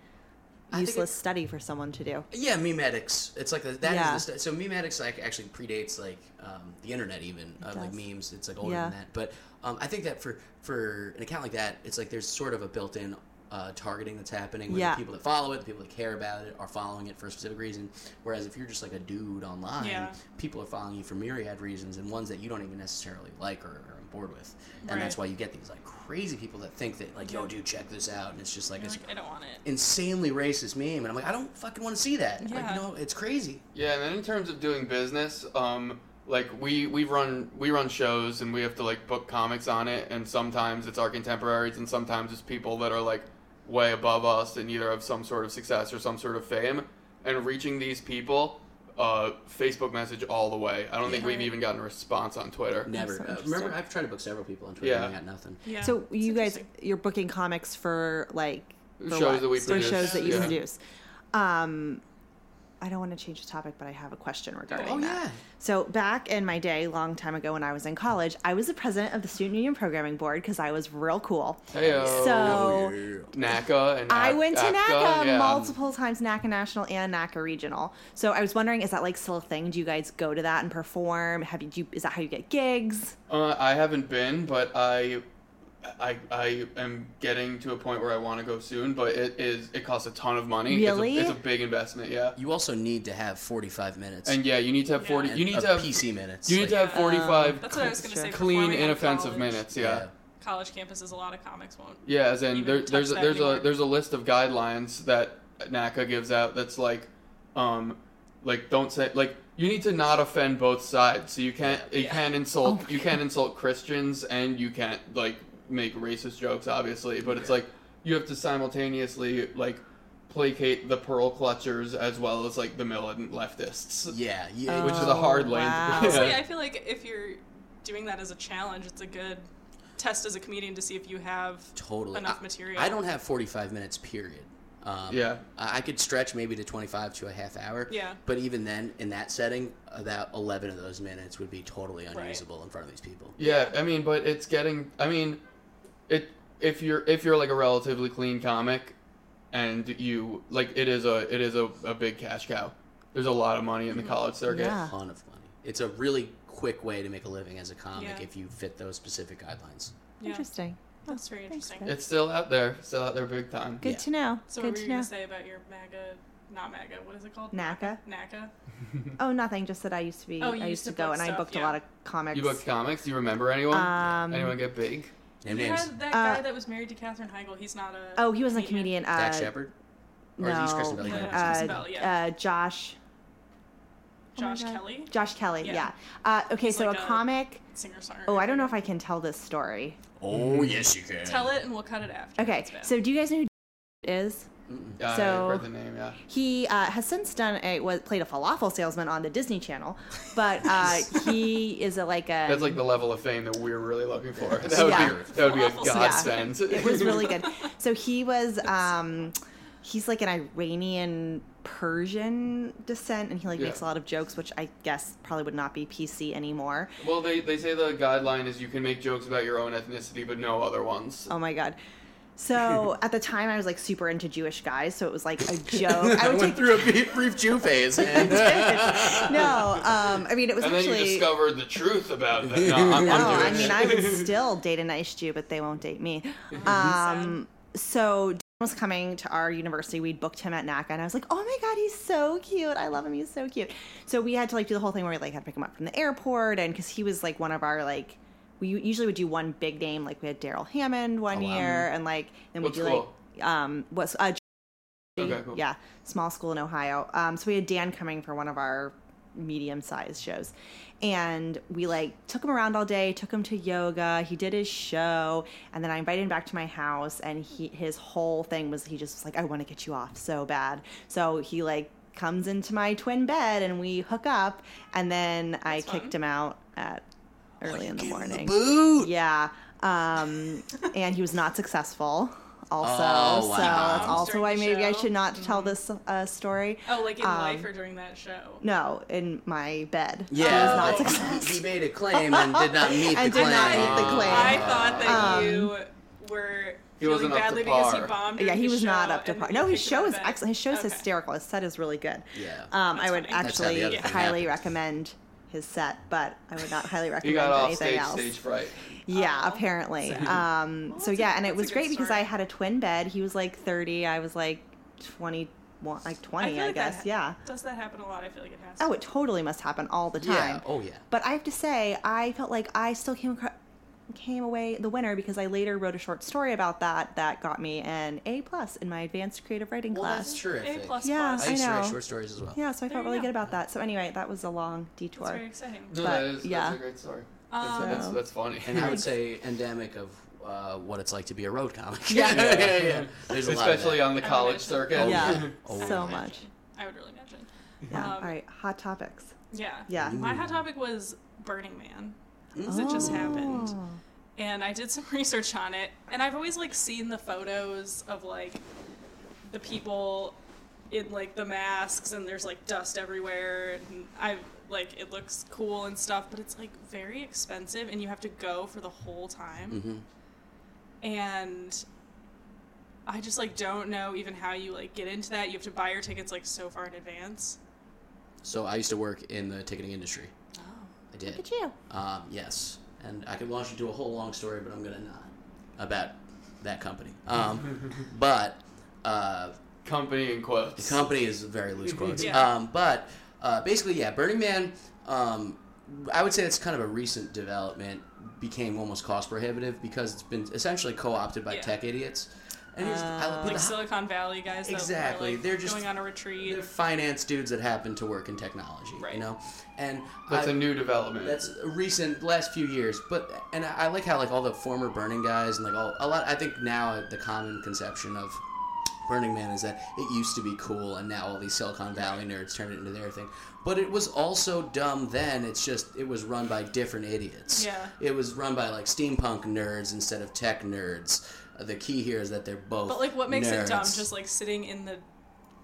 Speaker 4: I think
Speaker 3: useless
Speaker 4: it-
Speaker 3: study for someone to do.
Speaker 4: Yeah, memetics. It's like the, that is
Speaker 3: Yeah.
Speaker 4: the st- so memetics like actually predates like um, the internet even uh, like
Speaker 3: does.
Speaker 4: memes. It's like older
Speaker 3: Yeah.
Speaker 4: than that. But um, I think that for for an account like that, it's like there's sort of a built-in uh, targeting that's happening where
Speaker 3: Yeah.
Speaker 4: the people that follow it, the people that care about it, are following it for a specific reason. Whereas if you're just like a dude online,
Speaker 2: Yeah.
Speaker 4: people are following you for myriad reasons and ones that you don't even necessarily like or are on board with. And that's
Speaker 2: Right.
Speaker 4: why you get these like crazy people that think that like yo dude check this out and it's just like
Speaker 2: You're
Speaker 4: it's
Speaker 2: like, I don't want it.
Speaker 4: insanely racist meme, and I'm like, I don't fucking want to see that. Like,
Speaker 2: Yeah.
Speaker 4: you know, it's crazy.
Speaker 5: Yeah, and then in terms of doing business, um, like we we run we run shows and we have to like book comics on it, and sometimes it's our contemporaries, and sometimes it's people that are like way above us and either have some sort of success or some sort of fame, and reaching these people, uh, Facebook message all the way. I don't think we've even gotten a response on Twitter.
Speaker 4: Never.
Speaker 3: so
Speaker 4: uh, remember,
Speaker 3: interesting.
Speaker 4: I've tried to book several people on Twitter and I
Speaker 5: Yeah.
Speaker 4: got nothing.
Speaker 2: Yeah.
Speaker 3: so
Speaker 2: it's
Speaker 3: you guys,
Speaker 2: interesting.
Speaker 3: you're booking comics for like for
Speaker 5: Shows that we
Speaker 3: for
Speaker 5: produce,
Speaker 3: shows that you
Speaker 5: yeah.
Speaker 3: produce. Um, I don't want to change the topic, but I have a question regarding
Speaker 4: Oh,
Speaker 3: that.
Speaker 4: yeah.
Speaker 3: So back in my day, long time ago when I was in college, I was the president of the student union programming board because I was real cool.
Speaker 5: Heyo.
Speaker 3: So
Speaker 5: NACA and
Speaker 3: I
Speaker 5: A-
Speaker 3: went to NACA
Speaker 5: yeah.
Speaker 3: multiple times, NACA National and NACA Regional. So I was wondering, is that like still a thing? Do you guys go to that and perform? Have you? Do you is that how you get gigs?
Speaker 5: Uh, I haven't been, but I, I, I am getting to a point where I want to go soon. But it is it costs a ton of money.
Speaker 3: Really?
Speaker 5: it's a, it's a big investment. Yeah,
Speaker 4: You also need to have 45 minutes.
Speaker 5: and yeah, you need to have forty.
Speaker 4: and
Speaker 5: You need
Speaker 4: of
Speaker 5: to have
Speaker 4: PC minutes.
Speaker 5: You need to
Speaker 4: Like,
Speaker 5: have forty-five
Speaker 2: That's what I was going to
Speaker 3: Sure.
Speaker 2: say.
Speaker 5: clean,
Speaker 2: performing on
Speaker 5: inoffensive
Speaker 2: college-
Speaker 5: minutes. Yeah. yeah.
Speaker 2: College campuses, a lot of comics won't.
Speaker 5: as in
Speaker 2: Even
Speaker 5: there,
Speaker 2: touch
Speaker 5: there's a,
Speaker 2: that
Speaker 5: there's a
Speaker 2: anymore.
Speaker 5: there's a list of guidelines that NACA gives out that's like, um, like don't say like you need to not offend both sides. So you can't you
Speaker 2: Yeah.
Speaker 5: can't insult you can't insult Christians and you can't like make racist jokes obviously, but it's like you have to simultaneously like placate the pearl clutchers as well as like the militant leftists.
Speaker 4: Yeah. yeah
Speaker 5: Which is a hard
Speaker 3: Oh,
Speaker 5: lane.
Speaker 3: wow.
Speaker 5: Yeah.
Speaker 2: Honestly, I feel like if you're doing that as a challenge, it's a good test as a comedian to see if you have
Speaker 4: totally.
Speaker 2: enough
Speaker 4: I-
Speaker 2: material.
Speaker 4: I don't have 45 minutes, period. Um,
Speaker 5: Yeah.
Speaker 4: I I could stretch maybe to 25 to a half hour.
Speaker 2: Yeah.
Speaker 4: But even then, in that setting, about 11 of those minutes would be totally unusable in front of these people.
Speaker 5: Yeah, I mean, but it's getting. I mean, it if you're if you're like a relatively clean comic, and you like it is a it is a, a big cash cow. There's a lot of money in the college circuit.
Speaker 3: Yeah.
Speaker 4: ton of money. It's a really quick way to make a living as a comic
Speaker 2: Yeah.
Speaker 4: if you fit those specific guidelines.
Speaker 2: Yeah,
Speaker 3: Interesting.
Speaker 2: That's very interesting.
Speaker 3: Chris.
Speaker 5: It's still out there, still out there big time.
Speaker 3: Good
Speaker 4: Yeah.
Speaker 3: to know.
Speaker 2: So,
Speaker 3: Good
Speaker 2: what were
Speaker 3: to
Speaker 2: you
Speaker 3: know.
Speaker 2: going to say about your MAGA, not MAGA, what is it called?
Speaker 3: NACA?
Speaker 2: NACA?
Speaker 3: Oh, nothing. Just that I used to be.
Speaker 2: Oh, you
Speaker 3: I used
Speaker 2: used
Speaker 3: to,
Speaker 2: to
Speaker 3: go
Speaker 2: book
Speaker 3: and I
Speaker 2: stuff,
Speaker 3: booked a
Speaker 2: yeah.
Speaker 3: lot of comics.
Speaker 5: You book comics? Do you remember anyone?
Speaker 3: Um,
Speaker 5: anyone get big?
Speaker 4: And
Speaker 2: You
Speaker 4: names.
Speaker 2: had that
Speaker 3: Uh,
Speaker 2: guy that was married to Katherine Heigl. He's not a.
Speaker 3: oh, he wasn't a comedian. Uh,
Speaker 4: Dax Shepard? Or is he
Speaker 3: no,
Speaker 4: Kristen Bell?
Speaker 2: Yeah,
Speaker 4: Yeah.
Speaker 2: Kristen
Speaker 3: uh,
Speaker 2: Bell, yeah.
Speaker 3: uh, Josh. oh my
Speaker 2: Josh
Speaker 3: God.
Speaker 2: Kelly,
Speaker 3: Josh Kelly. Yeah.
Speaker 2: Yeah.
Speaker 3: Uh, okay,
Speaker 2: He's
Speaker 3: so
Speaker 2: like
Speaker 3: a
Speaker 2: a-
Speaker 3: comic.
Speaker 2: singer songwriter.
Speaker 3: Oh, I don't know if I can tell this story.
Speaker 4: Oh, yes, you can.
Speaker 2: Tell it and we'll cut it after.
Speaker 3: Okay,
Speaker 2: It's bad.
Speaker 3: so do you guys know who is?
Speaker 5: Yeah,
Speaker 3: So-
Speaker 5: I heard the name. Yeah.
Speaker 3: He uh, has since done a was played a falafel salesman on the Disney Channel, but uh, he is a, like a
Speaker 5: That's like the level of fame that we're really looking for. That would
Speaker 3: Yeah.
Speaker 5: be that would be a
Speaker 2: Awful. Yeah.
Speaker 5: godsend.
Speaker 3: it was really good. So he was um he's like an Iranian Persian descent and he like
Speaker 5: Yeah.
Speaker 3: makes a lot of jokes which I guess probably would not be PC anymore.
Speaker 5: well, they, they say the guideline is you can make jokes about your own ethnicity, but no other ones.
Speaker 3: Oh my god. So at the time I was like super into Jewish guys, so it was like a joke. I
Speaker 4: I
Speaker 3: would
Speaker 4: went
Speaker 3: take
Speaker 4: through a brief, brief Jew phase, man.
Speaker 3: no. Um, I mean it was
Speaker 5: and then
Speaker 3: actually
Speaker 5: you discovered the truth about that. No, I'm,
Speaker 3: No, I
Speaker 5: I'm Jewish.
Speaker 3: mean, I would still date a nice Jew, but they won't date me. Um, so Dan was coming to our university. We'd booked him at NACA, and I was like, "Oh my god, he's so cute! I love him. He's so cute." So we had to like do the whole thing where we like had to pick him up from the airport, and because he was like one of our like. We usually would do one big name, like we had Daryl Hammond one
Speaker 4: wow.
Speaker 3: year, and like then we
Speaker 5: What's
Speaker 3: do
Speaker 5: cool?
Speaker 3: like um what's uh,
Speaker 5: Okay, cool.
Speaker 3: yeah, small school in Ohio. Um, so we had Dan coming for one of our medium sized shows. And we like took him around all day, took him to yoga. He did his show, and then I invited him back to my house. And he his whole thing was he just was like, I want to get you off so bad. So he like comes into my twin bed, and we hook up. And then I kicked him out at early in the morning.
Speaker 4: Boot.
Speaker 3: Yeah. Um, and he was not successful. Also,
Speaker 4: Oh,
Speaker 3: so
Speaker 4: wow.
Speaker 3: that's also
Speaker 2: During
Speaker 3: why
Speaker 2: the
Speaker 3: maybe I
Speaker 2: show? Mm-hmm.
Speaker 3: should not tell this uh, story.
Speaker 2: Oh, like in
Speaker 3: Um,
Speaker 2: life or during that show?
Speaker 3: No, in my bed. He
Speaker 4: Yeah,
Speaker 3: was
Speaker 2: Oh.
Speaker 3: not
Speaker 4: like,
Speaker 3: successful.
Speaker 4: he made a claim and did not meet
Speaker 3: And
Speaker 4: the
Speaker 3: did
Speaker 4: claim.
Speaker 3: not meet the claim.
Speaker 2: I thought that
Speaker 3: Um,
Speaker 2: you were
Speaker 5: He
Speaker 2: feeling
Speaker 5: wasn't up to
Speaker 2: badly because he
Speaker 5: par.
Speaker 2: bombed.
Speaker 3: Yeah,
Speaker 2: during
Speaker 3: he
Speaker 2: his
Speaker 3: was not
Speaker 2: show
Speaker 3: up to
Speaker 2: and
Speaker 3: par.
Speaker 2: you
Speaker 3: No, his
Speaker 2: kicked him
Speaker 3: show
Speaker 2: out
Speaker 3: is
Speaker 2: of bed.
Speaker 3: excellent. His show is
Speaker 2: Okay.
Speaker 3: hysterical. His set is really good.
Speaker 4: Yeah.
Speaker 3: Um, I would
Speaker 2: funny.
Speaker 4: That's how the
Speaker 3: actually
Speaker 4: other thing
Speaker 3: highly
Speaker 4: happens.
Speaker 3: recommend his set, but I would not highly
Speaker 5: He
Speaker 3: recommend
Speaker 5: got off
Speaker 3: anything
Speaker 5: stage,
Speaker 3: else.
Speaker 5: stage fright.
Speaker 3: Yeah,
Speaker 2: Oh.
Speaker 3: apparently. Um, so
Speaker 2: that's a-
Speaker 3: yeah, and it
Speaker 2: that's a
Speaker 3: was
Speaker 2: good
Speaker 3: great because
Speaker 2: story.
Speaker 3: I had a twin bed. He was like 30, I was like 21, like 20,
Speaker 2: feel
Speaker 3: I,
Speaker 2: like that
Speaker 3: guess.
Speaker 2: ha-
Speaker 3: Yeah.
Speaker 2: Does that happen a lot? I feel like it has.
Speaker 3: Oh, it totally must happen all the
Speaker 4: Yeah.
Speaker 3: time.
Speaker 4: Oh yeah.
Speaker 3: But I have to say, I felt like I still came across, came away the winner because I later wrote a short story about that that got me an A plus in my advanced creative writing
Speaker 4: Well,
Speaker 3: class.
Speaker 4: that's terrific.
Speaker 2: A plus
Speaker 3: Yeah,
Speaker 2: plus.
Speaker 4: I used to write
Speaker 3: know.
Speaker 4: short stories as well.
Speaker 3: Yeah, so I felt
Speaker 2: you
Speaker 3: really
Speaker 2: go.
Speaker 3: good about that. So anyway, that was a long detour.
Speaker 2: That's very exciting.
Speaker 3: But,
Speaker 5: No, that is
Speaker 3: yeah.
Speaker 5: that's a great story.
Speaker 2: Um,
Speaker 5: that's, that's,
Speaker 3: So-
Speaker 5: that's funny.
Speaker 4: And I would say endemic of uh, what it's like to be a road comic.
Speaker 3: Yeah.
Speaker 4: yeah, yeah, yeah. There's a lot of
Speaker 5: Especially
Speaker 4: that.
Speaker 5: on the
Speaker 2: I
Speaker 5: college
Speaker 2: imagine.
Speaker 5: circuit.
Speaker 4: Oh,
Speaker 3: yeah,
Speaker 4: yeah. Oh,
Speaker 3: so
Speaker 4: yeah.
Speaker 3: much.
Speaker 2: I would really imagine.
Speaker 3: Yeah.
Speaker 2: Um,
Speaker 3: All right, hot topics.
Speaker 2: Yeah.
Speaker 3: Yeah.
Speaker 2: My hot topic was Burning Man. 'cause It just happened.
Speaker 3: Oh.
Speaker 2: and I did some research on it, and I've always like seen the photos of like the people in like the masks, and there's like dust everywhere, and I like it looks cool and stuff, but it's like very expensive, and you have to go for the whole time,
Speaker 4: Mhm.
Speaker 2: and I just like don't know even how you like get into that. You have to buy your tickets like so far in advance.
Speaker 4: So I used to work in the ticketing industry.
Speaker 2: Oh,
Speaker 4: I did.
Speaker 3: Look at you.
Speaker 4: Um, yes, and I could launch into a whole long story, but I'm gonna not about that company. Um, but uh,
Speaker 5: Company in quotes.
Speaker 4: the company is very loose quotes.
Speaker 2: Yeah.
Speaker 4: Um, but uh, basically, yeah, Burning Man. Um, I would say it's kind of a recent development. Became almost cost prohibitive because it's been essentially co-opted by
Speaker 2: Yeah. Uh,
Speaker 4: tech idiots. And here's- I- but
Speaker 2: like
Speaker 4: the-
Speaker 2: Silicon Valley guys. That
Speaker 4: Exactly.
Speaker 2: were, like,
Speaker 4: They're just-
Speaker 2: going on a retreat.
Speaker 4: they're finance dudes that happen to work in technology,
Speaker 2: Right.
Speaker 4: you know, and
Speaker 5: That's
Speaker 4: I-
Speaker 5: a new development.
Speaker 4: That's recent, last few years. But and I I like how like all the former Burning guys and like all a lot. I think now the common conception of Burning Man is that it used to be cool, and now all these Silicon Valley nerds turned it into their thing. But it was also dumb then. It's just it was run by different idiots.
Speaker 2: Yeah.
Speaker 4: It was run by like steampunk nerds instead of tech nerds. Uh, The key here is that they're both.
Speaker 2: But like, what makes it dumb?
Speaker 4: nerds.
Speaker 2: Just like sitting in the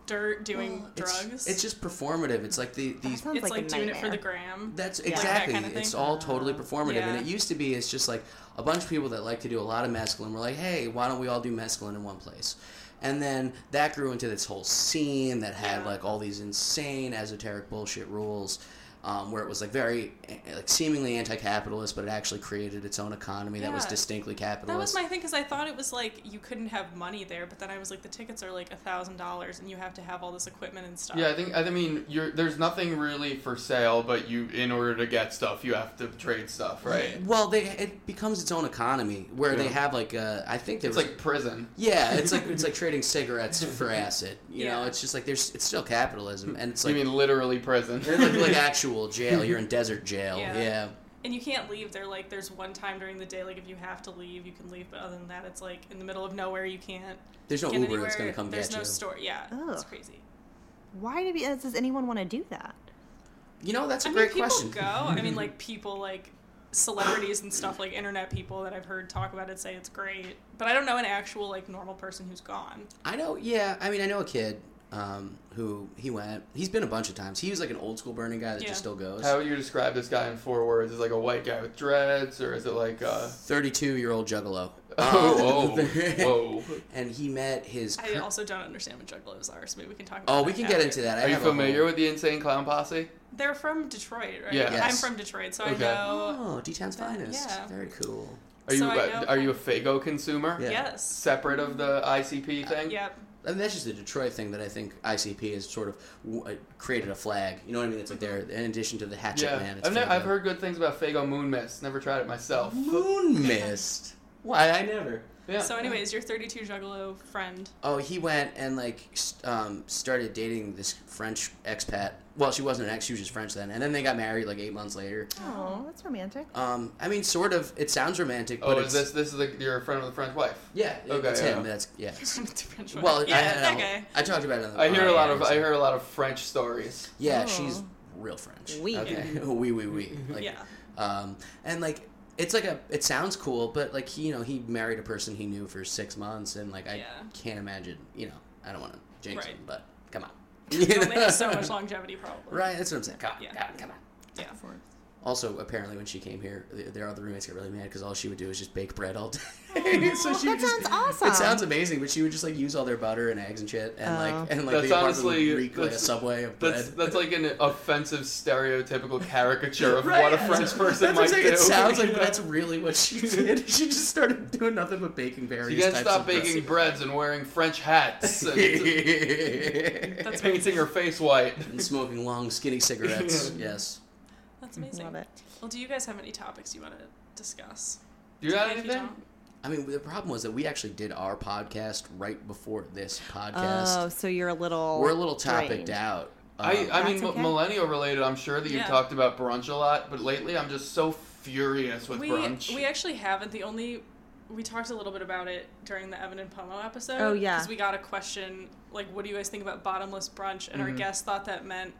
Speaker 2: dirt doing
Speaker 4: It's-
Speaker 2: drugs.
Speaker 4: It's, just performative. It's like the these
Speaker 3: Sounds
Speaker 2: it's
Speaker 3: like
Speaker 2: like,
Speaker 3: a
Speaker 2: doing it for the
Speaker 3: nightmare.
Speaker 2: gram.
Speaker 4: That's
Speaker 2: that
Speaker 4: exactly.
Speaker 2: kind of
Speaker 4: it's
Speaker 2: thing.
Speaker 4: all totally performative,
Speaker 2: Yeah.
Speaker 4: and it used to be it's just like a bunch of people that like to do a lot of mescaline. We're like, hey, why don't we all do mescaline in one place? And then that grew into this whole scene that had
Speaker 2: Yeah.
Speaker 4: like all these insane esoteric bullshit rules, um, where it was like very eh, like seemingly anti-capitalist, but it actually created its own economy that was
Speaker 2: Yeah.
Speaker 4: distinctly
Speaker 2: that was
Speaker 4: capitalist.
Speaker 2: my thing because I thought it was like you couldn't have money there, but then I was like, the tickets are like a thousand dollars, and you have to have all this equipment and stuff.
Speaker 5: yeah, I think I mean you're, there's nothing really for sale, but you in order to get stuff, you have to trade stuff, right?
Speaker 4: well, they it becomes its own economy where they
Speaker 5: Yeah.
Speaker 4: have like uh, I think there
Speaker 5: It's
Speaker 4: was
Speaker 5: like prison.
Speaker 4: yeah, it's like it's like trading cigarettes for acid. You know,
Speaker 2: Yeah.
Speaker 4: it's just like there's it's still capitalism, and it's like
Speaker 5: you mean literally prison?
Speaker 4: They're like, like actual jail. You're in desert jail. Yeah.
Speaker 2: Yeah. and you can't leave. They're like, there's one time during the day, like if you have to leave, you can leave. But other than that, it's like in the middle of nowhere, you can't.
Speaker 4: There's no
Speaker 2: get
Speaker 4: Uber
Speaker 2: anywhere.
Speaker 4: that's gonna come
Speaker 2: There's
Speaker 4: get
Speaker 2: no
Speaker 4: you.
Speaker 2: store. Yeah, it's
Speaker 3: Ugh.
Speaker 2: crazy.
Speaker 3: Why do we, does anyone want to do that?
Speaker 4: You know, that's a
Speaker 2: I mean,
Speaker 4: great
Speaker 2: people
Speaker 4: question.
Speaker 2: go. I mean, like people like celebrities and stuff, like internet people that I've heard talk about it say it's great. But I don't know an actual like normal person who's gone.
Speaker 4: I know. Yeah, I mean, I know a kid um, who he went. He's been a bunch of times. He was like an old school burning guy that
Speaker 2: Yeah.
Speaker 4: just still goes.
Speaker 5: How would you describe this guy in four words? Is it like a white guy with dreads, or is it like uh?
Speaker 4: Thirty-two year old juggalo.
Speaker 5: Oh,
Speaker 4: Um,
Speaker 5: whoa, whoa!
Speaker 4: And he met his.
Speaker 2: I
Speaker 4: cur-
Speaker 2: also don't understand what juggalos are, so maybe we can talk. about
Speaker 4: oh,
Speaker 2: that
Speaker 4: we can get
Speaker 2: after.
Speaker 4: into that. I
Speaker 5: Are you
Speaker 4: have a
Speaker 5: familiar
Speaker 4: whole-
Speaker 5: with the Insane Clown Posse?
Speaker 2: They're from Detroit, right?
Speaker 5: Yeah.
Speaker 4: Yes.
Speaker 2: I'm from Detroit, so
Speaker 5: Okay.
Speaker 2: I know.
Speaker 4: Oh, D Town's
Speaker 2: That-
Speaker 4: finest.
Speaker 2: yeah.
Speaker 4: Very cool.
Speaker 5: Are you
Speaker 2: So I
Speaker 5: uh,
Speaker 2: know-
Speaker 5: are you a Fago consumer?
Speaker 4: Yeah.
Speaker 2: Yes.
Speaker 5: Separate of the
Speaker 2: Uh,
Speaker 5: ICP thing.
Speaker 2: Yep.
Speaker 4: I mean, that's just the Detroit thing that I think ICP has sort of w- uh, created a flag. You know what I mean? It's like they're in addition to the Hatchet
Speaker 5: Mm-hmm. Yeah,
Speaker 4: Man. It's
Speaker 5: I've, ne- I've
Speaker 4: Faygo.
Speaker 5: heard good things about Fago Moon Mist. Never tried it myself.
Speaker 4: Moon Mist. Why I never.
Speaker 5: Yeah.
Speaker 2: So, anyways, your 32 juggalo friend.
Speaker 4: Oh, he went and like s- um, started dating this French expat. Well, she wasn't an ex; she was just French then. And then they got married like eight months later.
Speaker 3: Oh, that's romantic.
Speaker 4: Um, I mean, sort of. It sounds romantic,
Speaker 5: oh,
Speaker 4: but
Speaker 5: is
Speaker 4: it's
Speaker 5: this this is the, your friend with the French wife?
Speaker 4: yeah, it-
Speaker 5: Okay,
Speaker 4: it's
Speaker 5: yeah.
Speaker 4: him. That's yeah.
Speaker 2: Different one.
Speaker 4: Well,
Speaker 2: yeah,
Speaker 4: I, I,
Speaker 2: that
Speaker 4: don't-
Speaker 2: guy.
Speaker 4: I talked about it. On the,
Speaker 5: I hear a
Speaker 4: on
Speaker 5: lot
Speaker 4: the-
Speaker 5: of I hear a lot of French stories.
Speaker 4: Yeah,
Speaker 3: Oh.
Speaker 4: she's real French.
Speaker 3: Oui.
Speaker 4: Okay. oui, oui, oui. Like,
Speaker 2: yeah.
Speaker 4: Um, and like it's like a it sounds cool, but like he you know he married a person he knew for six months, and like I
Speaker 2: Yeah.
Speaker 4: can't imagine. You know, I don't want to jinx
Speaker 2: Right.
Speaker 4: him, but come on.
Speaker 2: Well, they have so much longevity, probably.
Speaker 4: Right, that's what I'm saying. Come on,
Speaker 2: Yeah.
Speaker 4: come on, come on.
Speaker 2: Yeah.
Speaker 4: Also, apparently, when she came here, the- their other roommates got really mad because all she would do is just bake bread all day. so
Speaker 3: that
Speaker 4: she would just,
Speaker 3: sounds awesome.
Speaker 4: It sounds amazing, but she would just like use all their butter and eggs and shit, and
Speaker 3: Oh.
Speaker 4: like and like
Speaker 5: That's
Speaker 4: the apartment
Speaker 5: honestly-
Speaker 4: would reek like a
Speaker 5: that's-
Speaker 4: subway of bread.
Speaker 5: That's that's like an offensive, stereotypical caricature of
Speaker 4: Right,
Speaker 5: what a
Speaker 4: that's-
Speaker 5: French person
Speaker 4: That's what
Speaker 5: might
Speaker 4: I'm saying.
Speaker 5: do.
Speaker 4: It sounds like but
Speaker 5: Yeah.
Speaker 4: that's really what she did. She just started doing nothing but baking
Speaker 5: You
Speaker 4: various
Speaker 5: gotta
Speaker 4: types
Speaker 5: stop
Speaker 4: of
Speaker 5: baking breads and wearing French hats and
Speaker 4: bread.
Speaker 2: That's
Speaker 5: painting her face white.
Speaker 4: and smoking long, skinny cigarettes. yes.
Speaker 2: That's amazing.
Speaker 3: Love it.
Speaker 2: Well, do you guys have any topics you want to discuss?
Speaker 5: Do you got
Speaker 2: If
Speaker 5: anything?
Speaker 2: don't-
Speaker 4: I mean, the problem was that we actually did our podcast right before this
Speaker 3: Oh,
Speaker 4: podcast.
Speaker 3: so you're a little.
Speaker 4: We're a little topicked
Speaker 3: drained.
Speaker 4: out. Um,
Speaker 5: I, I mean,
Speaker 3: That's okay.
Speaker 5: m- millennial related, I'm sure that you've
Speaker 2: Yeah.
Speaker 5: talked about brunch a lot, but lately I'm just so furious with
Speaker 2: we
Speaker 5: brunch.
Speaker 2: we actually haven't. The only we talked a little bit about it during the Evan and Pomo episode.
Speaker 3: Oh, yeah.
Speaker 2: because we got a question like, "What do you guys think about bottomless brunch?" And our
Speaker 5: Mhm.
Speaker 2: guest thought that meant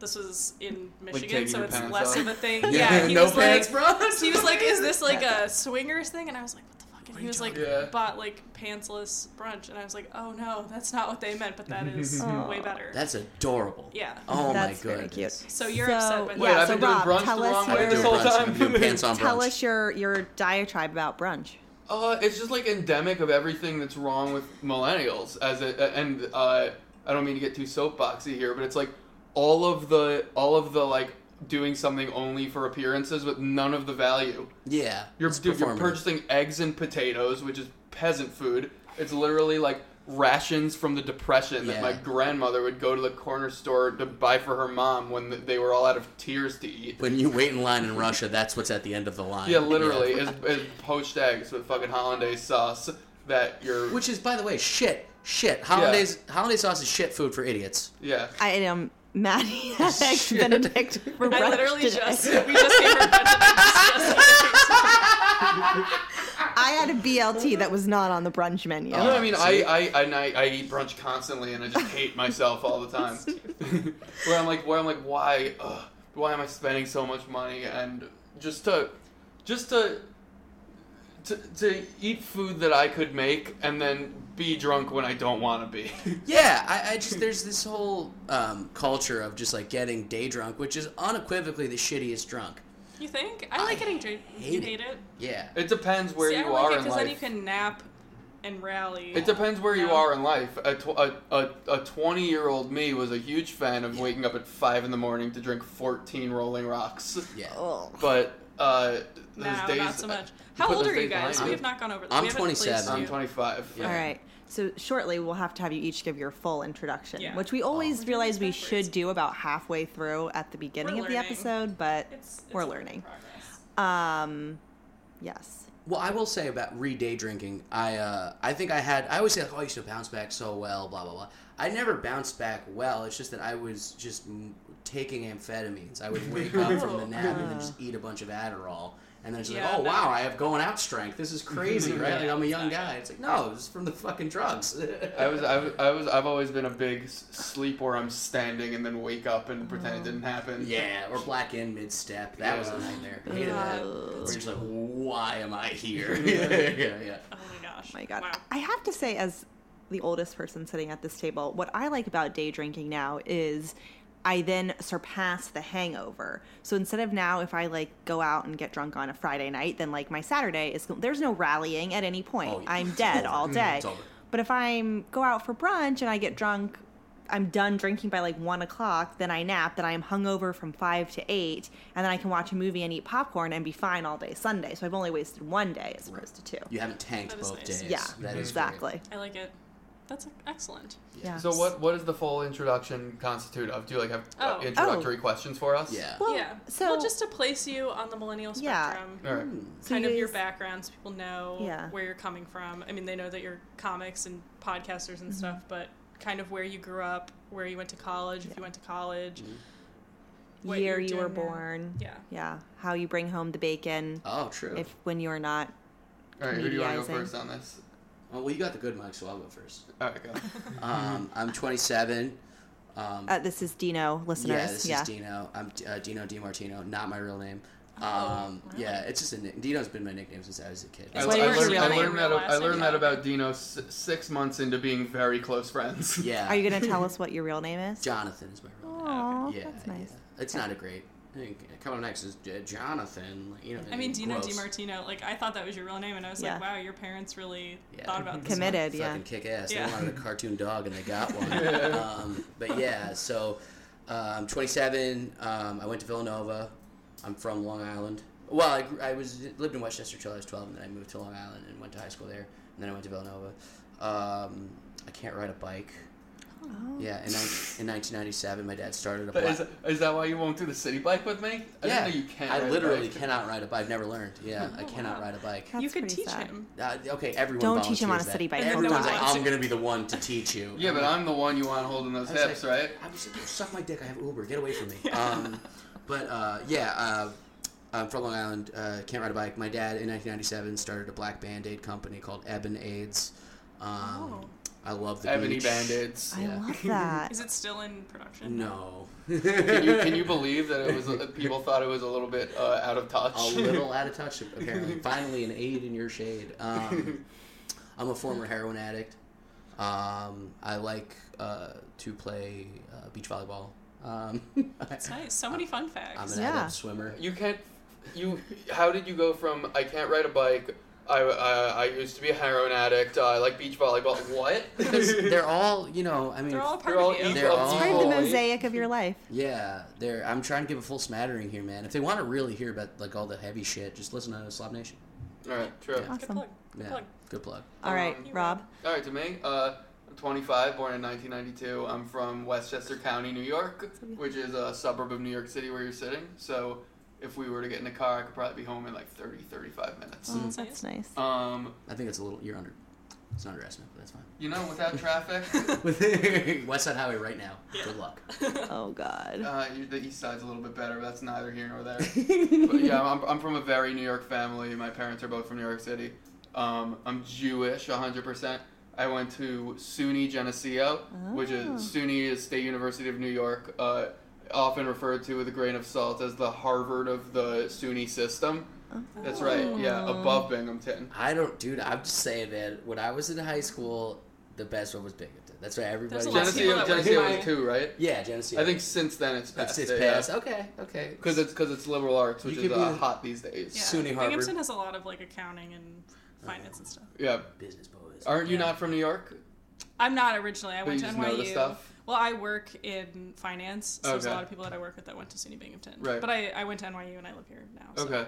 Speaker 2: this was in Michigan,
Speaker 5: taking
Speaker 2: so
Speaker 5: your
Speaker 2: it's
Speaker 5: pants
Speaker 2: less
Speaker 5: off.
Speaker 2: of a thing. Yeah, he
Speaker 4: no
Speaker 2: was
Speaker 4: pants,
Speaker 2: like,
Speaker 4: bro.
Speaker 2: he was like, "Is this like a swingers thing?" And I was like, "What the fuck?" And he was like,
Speaker 5: Yeah.
Speaker 2: "Bought like pantsless brunch," and I was like, "Oh no, that's not what they meant, but that is
Speaker 3: Aw.
Speaker 2: way better."
Speaker 4: That's adorable.
Speaker 2: Yeah.
Speaker 4: Oh
Speaker 3: That's
Speaker 4: my
Speaker 3: very
Speaker 4: goodness.
Speaker 3: cute.
Speaker 2: So you're
Speaker 3: So,
Speaker 2: upset by
Speaker 3: Wait,
Speaker 5: I've
Speaker 2: that?
Speaker 3: so
Speaker 5: been doing
Speaker 3: Rob,
Speaker 5: brunch
Speaker 3: tell
Speaker 5: the
Speaker 3: us
Speaker 5: wrong
Speaker 4: I've
Speaker 5: way
Speaker 4: been
Speaker 3: your-
Speaker 5: this
Speaker 4: doing
Speaker 5: whole
Speaker 4: brunch. I've been doing
Speaker 5: time.
Speaker 4: pants on brunch.
Speaker 3: Tell us your your diatribe about brunch.
Speaker 5: Uh, it's just like endemic of everything that's wrong with millennials. As it, and uh, I don't mean to get too soapboxy here, but it's like all of the all of the like doing something only for appearances with none of the value.
Speaker 4: Yeah.
Speaker 5: You're,
Speaker 4: it's
Speaker 5: dude, you're
Speaker 4: performative.
Speaker 5: purchasing eggs and potatoes, which is peasant food. It's literally like rations from the depression that
Speaker 4: Yeah.
Speaker 5: my grandmother would go to the corner store to buy for her mom when th- they were all out of tears to eat.
Speaker 4: When you wait in line in Russia, that's what's at the end of the line.
Speaker 5: Yeah, literally, is, is poached eggs with fucking hollandaise sauce that you're.
Speaker 4: Which is, by the way, shit, shit. Hollandaise, hollandaise sauce is shit food for idiots.
Speaker 5: yeah.
Speaker 3: I am Maddie X
Speaker 4: Shit.
Speaker 3: Benedict. For brunch
Speaker 2: I literally
Speaker 3: today.
Speaker 2: just we just gave her a bunch of
Speaker 3: I had a BLT that was not on the brunch menu.
Speaker 4: Oh.
Speaker 5: You know what I mean?
Speaker 4: See?
Speaker 5: I, I, and I, I eat brunch constantly, and I just hate myself all the time. where I'm like, where I'm like, why, ugh, why am I spending so much money? And just to, just to, to, to eat food that I could make, and then be drunk when I don't want to be.
Speaker 4: Yeah, I, I just there's this whole um, culture of just like getting day drunk, which is unequivocally the shittiest drunk.
Speaker 2: You think? I like
Speaker 4: I
Speaker 2: getting drunk.
Speaker 4: hate
Speaker 2: you
Speaker 4: it.
Speaker 2: hate it?
Speaker 4: Yeah,
Speaker 5: it depends where
Speaker 2: See, I
Speaker 5: you
Speaker 2: don't
Speaker 5: are
Speaker 2: like it
Speaker 5: in
Speaker 2: because
Speaker 5: life.
Speaker 2: then you can nap and rally.
Speaker 5: It depends where you
Speaker 2: No.
Speaker 5: are in life. A tw- a- a a twenty year old me was a huge fan of waking up at five in the morning to drink fourteen Rolling Rocks.
Speaker 4: yeah.
Speaker 3: Ugh.
Speaker 5: But uh, those
Speaker 2: No,
Speaker 5: days,
Speaker 2: not so much.
Speaker 5: but
Speaker 2: How old
Speaker 5: those
Speaker 2: are you
Speaker 5: days
Speaker 2: guys?
Speaker 5: behind
Speaker 2: We
Speaker 5: you.
Speaker 2: have not gone over this.
Speaker 4: I'm
Speaker 2: We haven't placed
Speaker 4: 27.
Speaker 5: I'm
Speaker 2: you.
Speaker 5: 25.
Speaker 4: Yeah.
Speaker 3: All right. So shortly, we'll have to have you each give your full introduction,
Speaker 2: Yeah.
Speaker 3: which we always realize we
Speaker 2: Backwards.
Speaker 3: should do about halfway through at the beginning
Speaker 2: We're
Speaker 3: of the
Speaker 2: learning.
Speaker 3: episode, but
Speaker 2: It's- it's
Speaker 3: we're
Speaker 2: a work in
Speaker 3: learning.
Speaker 2: progress.
Speaker 3: Um, yes.
Speaker 4: Well, I will say about re day drinking, I uh, I think I had I always say like, oh, I used to bounce back so well, blah blah blah. I never bounced back well. It's just that I was just m- taking amphetamines. I would wake up from the nap and then just eat a bunch of Adderall. And then it's like,
Speaker 2: Yeah,
Speaker 4: oh,
Speaker 2: no.
Speaker 4: wow, I have going out strength. This is crazy, right? Like, I'm a young guy. It's like, no, it's from the fucking drugs.
Speaker 5: I was, I was, I was, I've always been a big s- sleep where I'm standing and then wake up and pretend
Speaker 2: Oh.
Speaker 5: it didn't happen.
Speaker 4: Yeah, or black in mid step. That was a
Speaker 5: Yeah.
Speaker 4: nightmare. I hated that. Where
Speaker 2: Uh,
Speaker 4: you're just like, why am I here? yeah, yeah.
Speaker 2: Oh my
Speaker 3: Oh
Speaker 2: gosh.
Speaker 3: my god.
Speaker 2: Wow.
Speaker 3: I have to say, as the oldest person sitting at this table, what I like about day drinking now is I then surpass the hangover. So instead of now, if I like go out and get drunk on a Friday night, then like my Saturday is there's no rallying at any point.
Speaker 4: Oh, yeah.
Speaker 3: I'm
Speaker 4: It's
Speaker 3: dead
Speaker 4: over.
Speaker 3: all day.
Speaker 4: It's over.
Speaker 3: But if I'm go out for brunch and I get drunk, I'm done drinking by like one o'clock. Then I nap. Then I'm hungover from five to eight, and then I can watch a movie and eat popcorn and be fine all day Sunday. So I've only wasted one day as opposed to two.
Speaker 4: You haven't tanked
Speaker 2: That is
Speaker 4: both
Speaker 2: nice.
Speaker 4: days.
Speaker 3: Yeah,
Speaker 4: That is great.
Speaker 3: exactly.
Speaker 2: I like it. That's excellent.
Speaker 3: Yeah.
Speaker 5: So what, what does the full introduction constitute of? Do you like have uh,
Speaker 2: Oh.
Speaker 5: introductory questions for us?
Speaker 4: Yeah.
Speaker 3: Well,
Speaker 2: yeah.
Speaker 3: so
Speaker 2: well, just to place you on the millennial
Speaker 3: Yeah.
Speaker 2: spectrum,
Speaker 5: All right.
Speaker 3: so
Speaker 2: kind
Speaker 3: you
Speaker 2: of your
Speaker 3: guys-
Speaker 2: background, so people know
Speaker 3: Yeah.
Speaker 2: where you're coming from. I mean, they know that you're comics and podcasters
Speaker 3: Mm-hmm.
Speaker 2: and stuff, but kind of where you grew up, where you went to college, if you went to college,
Speaker 5: Mm.
Speaker 2: what
Speaker 3: year
Speaker 2: you're
Speaker 3: you were
Speaker 2: doing now.
Speaker 3: born.
Speaker 2: Yeah.
Speaker 3: Yeah. How you bring home the bacon
Speaker 4: Oh, true.
Speaker 3: if when you are not.
Speaker 5: All right. Who do you want to go
Speaker 3: Mediaizing.
Speaker 5: first on this?
Speaker 4: Oh, well, you got the good mic, so I'll go first.
Speaker 5: All right, go.
Speaker 3: Mm-hmm.
Speaker 4: Um, I'm 27. Um,
Speaker 3: Uh, this is Dino, listeners.
Speaker 4: yeah, this is Dino. I'm D- uh, Dino DiMartino, not my real name. Um,
Speaker 2: Oh, really?
Speaker 4: Yeah, it's just a nick. Dino's been my nickname since I was a kid.
Speaker 5: I,
Speaker 3: It's what
Speaker 5: I
Speaker 3: it is,
Speaker 5: learned, I
Speaker 3: really.
Speaker 5: learned that. I learned that
Speaker 2: Yeah.
Speaker 5: about Dino s- six months into being very close friends.
Speaker 4: yeah.
Speaker 3: Are you going to tell us what your real name is?
Speaker 4: Jonathan is my real name.
Speaker 3: Aw,
Speaker 4: yeah,
Speaker 3: that's nice.
Speaker 4: yeah. It's not a great. I think coming up next is uh, Jonathan. like, You know,
Speaker 2: I mean, Dino
Speaker 4: gross.
Speaker 2: DiMartino, like, I thought that was your real name, and I was
Speaker 3: Yeah.
Speaker 2: like, wow, your parents really
Speaker 4: Yeah.
Speaker 2: thought about this.
Speaker 3: Committed,
Speaker 4: fucking
Speaker 3: yeah.
Speaker 4: kick ass.
Speaker 2: Yeah.
Speaker 4: They wanted a cartoon dog and they got one. um, but yeah, so um, 27. Um, I went to Villanova. I'm from Long Island. Well, I, grew- I was lived in Westchester till I was 12, and then I moved to Long Island and went to high school there, and then I went to Villanova. Um, I can't ride a bike.
Speaker 3: Oh,
Speaker 4: Yeah, in, nine- in 1997, my dad started a
Speaker 5: But
Speaker 4: black-
Speaker 5: Is, is that why you won't do the city bike with me? I
Speaker 4: yeah,
Speaker 5: didn't know you can.
Speaker 4: I
Speaker 5: ride a
Speaker 4: literally
Speaker 5: bike.
Speaker 4: cannot ride a bike. I've never learned. Yeah, I
Speaker 2: Oh,
Speaker 4: cannot
Speaker 2: wow.
Speaker 4: ride a bike.
Speaker 3: That's
Speaker 2: you could
Speaker 3: pretty
Speaker 2: teach
Speaker 3: sad.
Speaker 2: him.
Speaker 4: Uh, okay, everyone.
Speaker 3: Don't teach him on
Speaker 4: volunteers
Speaker 3: a city
Speaker 4: that.
Speaker 3: bike.
Speaker 2: Everyone
Speaker 4: Everyone's
Speaker 2: No
Speaker 4: like,
Speaker 2: one wants
Speaker 4: I'm gonna be the one to teach you.
Speaker 5: Yeah, but I'm the one you want holding those
Speaker 4: I was
Speaker 5: hips,
Speaker 4: like,
Speaker 5: right?
Speaker 4: I was like, suck my dick. I have Uber. Get away from me. Um, but uh, yeah, uh, I'm from Long Island. Uh, can't ride a bike. My dad in 1997 started a black band aid company called Ebon Aids. Um,
Speaker 2: Oh.
Speaker 4: I love the
Speaker 5: Ebony
Speaker 4: beach.
Speaker 5: band aids.
Speaker 3: I
Speaker 4: Yeah.
Speaker 3: love that.
Speaker 2: Is it still in production?
Speaker 4: No,
Speaker 5: Can you, can you believe that it was that people thought it was a little bit uh, out of touch?
Speaker 4: a little out of touch apparently. Finally, an aid in your shade. Um, I'm a former heroin addict. Um, I like uh, to play uh, beach volleyball. Um,
Speaker 2: That's nice. So
Speaker 5: Uh,
Speaker 2: many fun
Speaker 4: I'm
Speaker 2: facts.
Speaker 4: an
Speaker 3: Yeah.
Speaker 4: avid swimmer.
Speaker 5: You can't. You. How did you go from I can't ride a bike? I, I, I used to be a heroin addict. I like beach volleyball. What?
Speaker 4: They're all, you know, I mean,
Speaker 2: They're all part
Speaker 5: They're all
Speaker 2: of you.
Speaker 5: equal.
Speaker 4: They're all-
Speaker 3: Part of the
Speaker 5: equal.
Speaker 3: mosaic of your life.
Speaker 4: Yeah, there. I'm trying to give a full smattering here, man. If they want to really hear about like all the heavy shit, just listen to Slob Nation.
Speaker 5: All right, true.
Speaker 4: Yeah.
Speaker 2: Good
Speaker 3: Awesome.
Speaker 2: plug.
Speaker 4: Yeah,
Speaker 2: Plug.
Speaker 4: good plug.
Speaker 3: All right,
Speaker 5: Um,
Speaker 3: Rob.
Speaker 5: All right, to me, uh, I'm 25, born in 1992. I'm from Westchester County, New York, which is a suburb of New York City where you're sitting. So if we were to get in a car, I could probably be home in like 30, 35 minutes.
Speaker 3: Oh,
Speaker 2: Mm.
Speaker 3: that's nice.
Speaker 5: Um,
Speaker 4: I think it's a little. You're under. It's an underestimate, but that's
Speaker 5: you know, without traffic,
Speaker 4: fine. West Side Highway right now. Good luck.
Speaker 3: Oh God.
Speaker 5: uh, you- the east side's a little bit better, but that's neither here nor there. but yeah, I'm, I'm from a very New York family. My parents are both from New York City. Um, I'm Jewish, 100%. I went to SUNY Geneseo, which is
Speaker 3: Oh.
Speaker 5: SUNY is State University of New York, uh, often referred to with a grain of salt as the Harvard of the SUNY system. That's right, yeah, above Binghamton.
Speaker 4: I don't, dude. I'm just saying, man. When I was in high school, the best one was Binghamton. That's right. Everybody.
Speaker 2: There's a lot of people
Speaker 5: Geneseo,
Speaker 2: that went
Speaker 5: Geneseo
Speaker 2: to
Speaker 5: is two, right?
Speaker 4: yeah, Geneseo.
Speaker 5: I think since then it's
Speaker 4: it's,
Speaker 5: passed.
Speaker 4: it's
Speaker 5: it,
Speaker 4: past. Okay, okay.
Speaker 5: Because it's, 'cause it's liberal arts, which
Speaker 4: You could
Speaker 5: is
Speaker 4: be
Speaker 5: uh,
Speaker 4: the-
Speaker 5: hot these days.
Speaker 2: Yeah.
Speaker 4: SUNY Harvard.
Speaker 2: Binghamton has a lot of like accounting and finance and stuff.
Speaker 5: Yeah.
Speaker 4: business boys.
Speaker 5: Aren't you
Speaker 2: Yeah.
Speaker 5: not from New York?
Speaker 2: I'm not originally. I
Speaker 5: But
Speaker 2: went
Speaker 5: you
Speaker 2: to
Speaker 5: just know the
Speaker 2: NYU.
Speaker 5: stuff?
Speaker 2: Well, I work in finance, so there's a
Speaker 5: Okay.
Speaker 2: lot of people that I work with that went to SUNY Binghamton.
Speaker 5: Right.
Speaker 2: But I, I went to NYU and I live here now. So.
Speaker 5: Okay.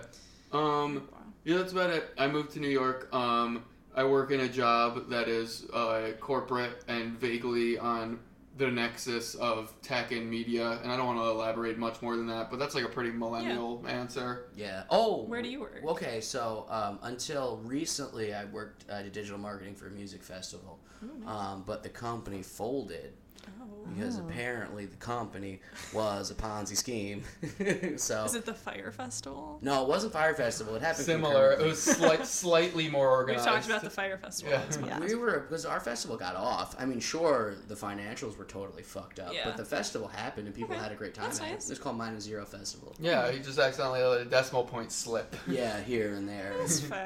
Speaker 5: Um,
Speaker 2: Wow.
Speaker 5: yeah, that's about it. I moved to New York. Um, I work in a job that is uh, corporate and vaguely on the nexus of tech and media, and I don't want to elaborate much more than that, but that's like a pretty millennial answer.
Speaker 4: Yeah. Oh.
Speaker 2: Where do you work?
Speaker 4: Okay, so um, until recently, I worked I did digital marketing for a music festival, um, but the company folded
Speaker 2: Oh.
Speaker 4: because apparently the company was a Ponzi scheme. so
Speaker 2: Is it the Fire Festival?
Speaker 4: no, it wasn't Fire Festival. It happened
Speaker 5: Similar, it
Speaker 4: concurrently.
Speaker 5: was slight, slightly more
Speaker 2: We
Speaker 5: organized.
Speaker 2: talked about the Fire Festival.
Speaker 5: Yeah.
Speaker 2: this month.
Speaker 3: Yeah.
Speaker 4: We were because our festival got off. I mean, sure, the financials were totally fucked up,
Speaker 2: Yeah.
Speaker 4: but the festival happened and people
Speaker 2: Okay,
Speaker 4: had a great time.
Speaker 2: that's
Speaker 4: at
Speaker 2: nice.
Speaker 4: it. It's called Minus Zero Festival.
Speaker 5: Yeah, he just accidentally let a decimal point slip.
Speaker 4: yeah, here and there,
Speaker 2: It's fine.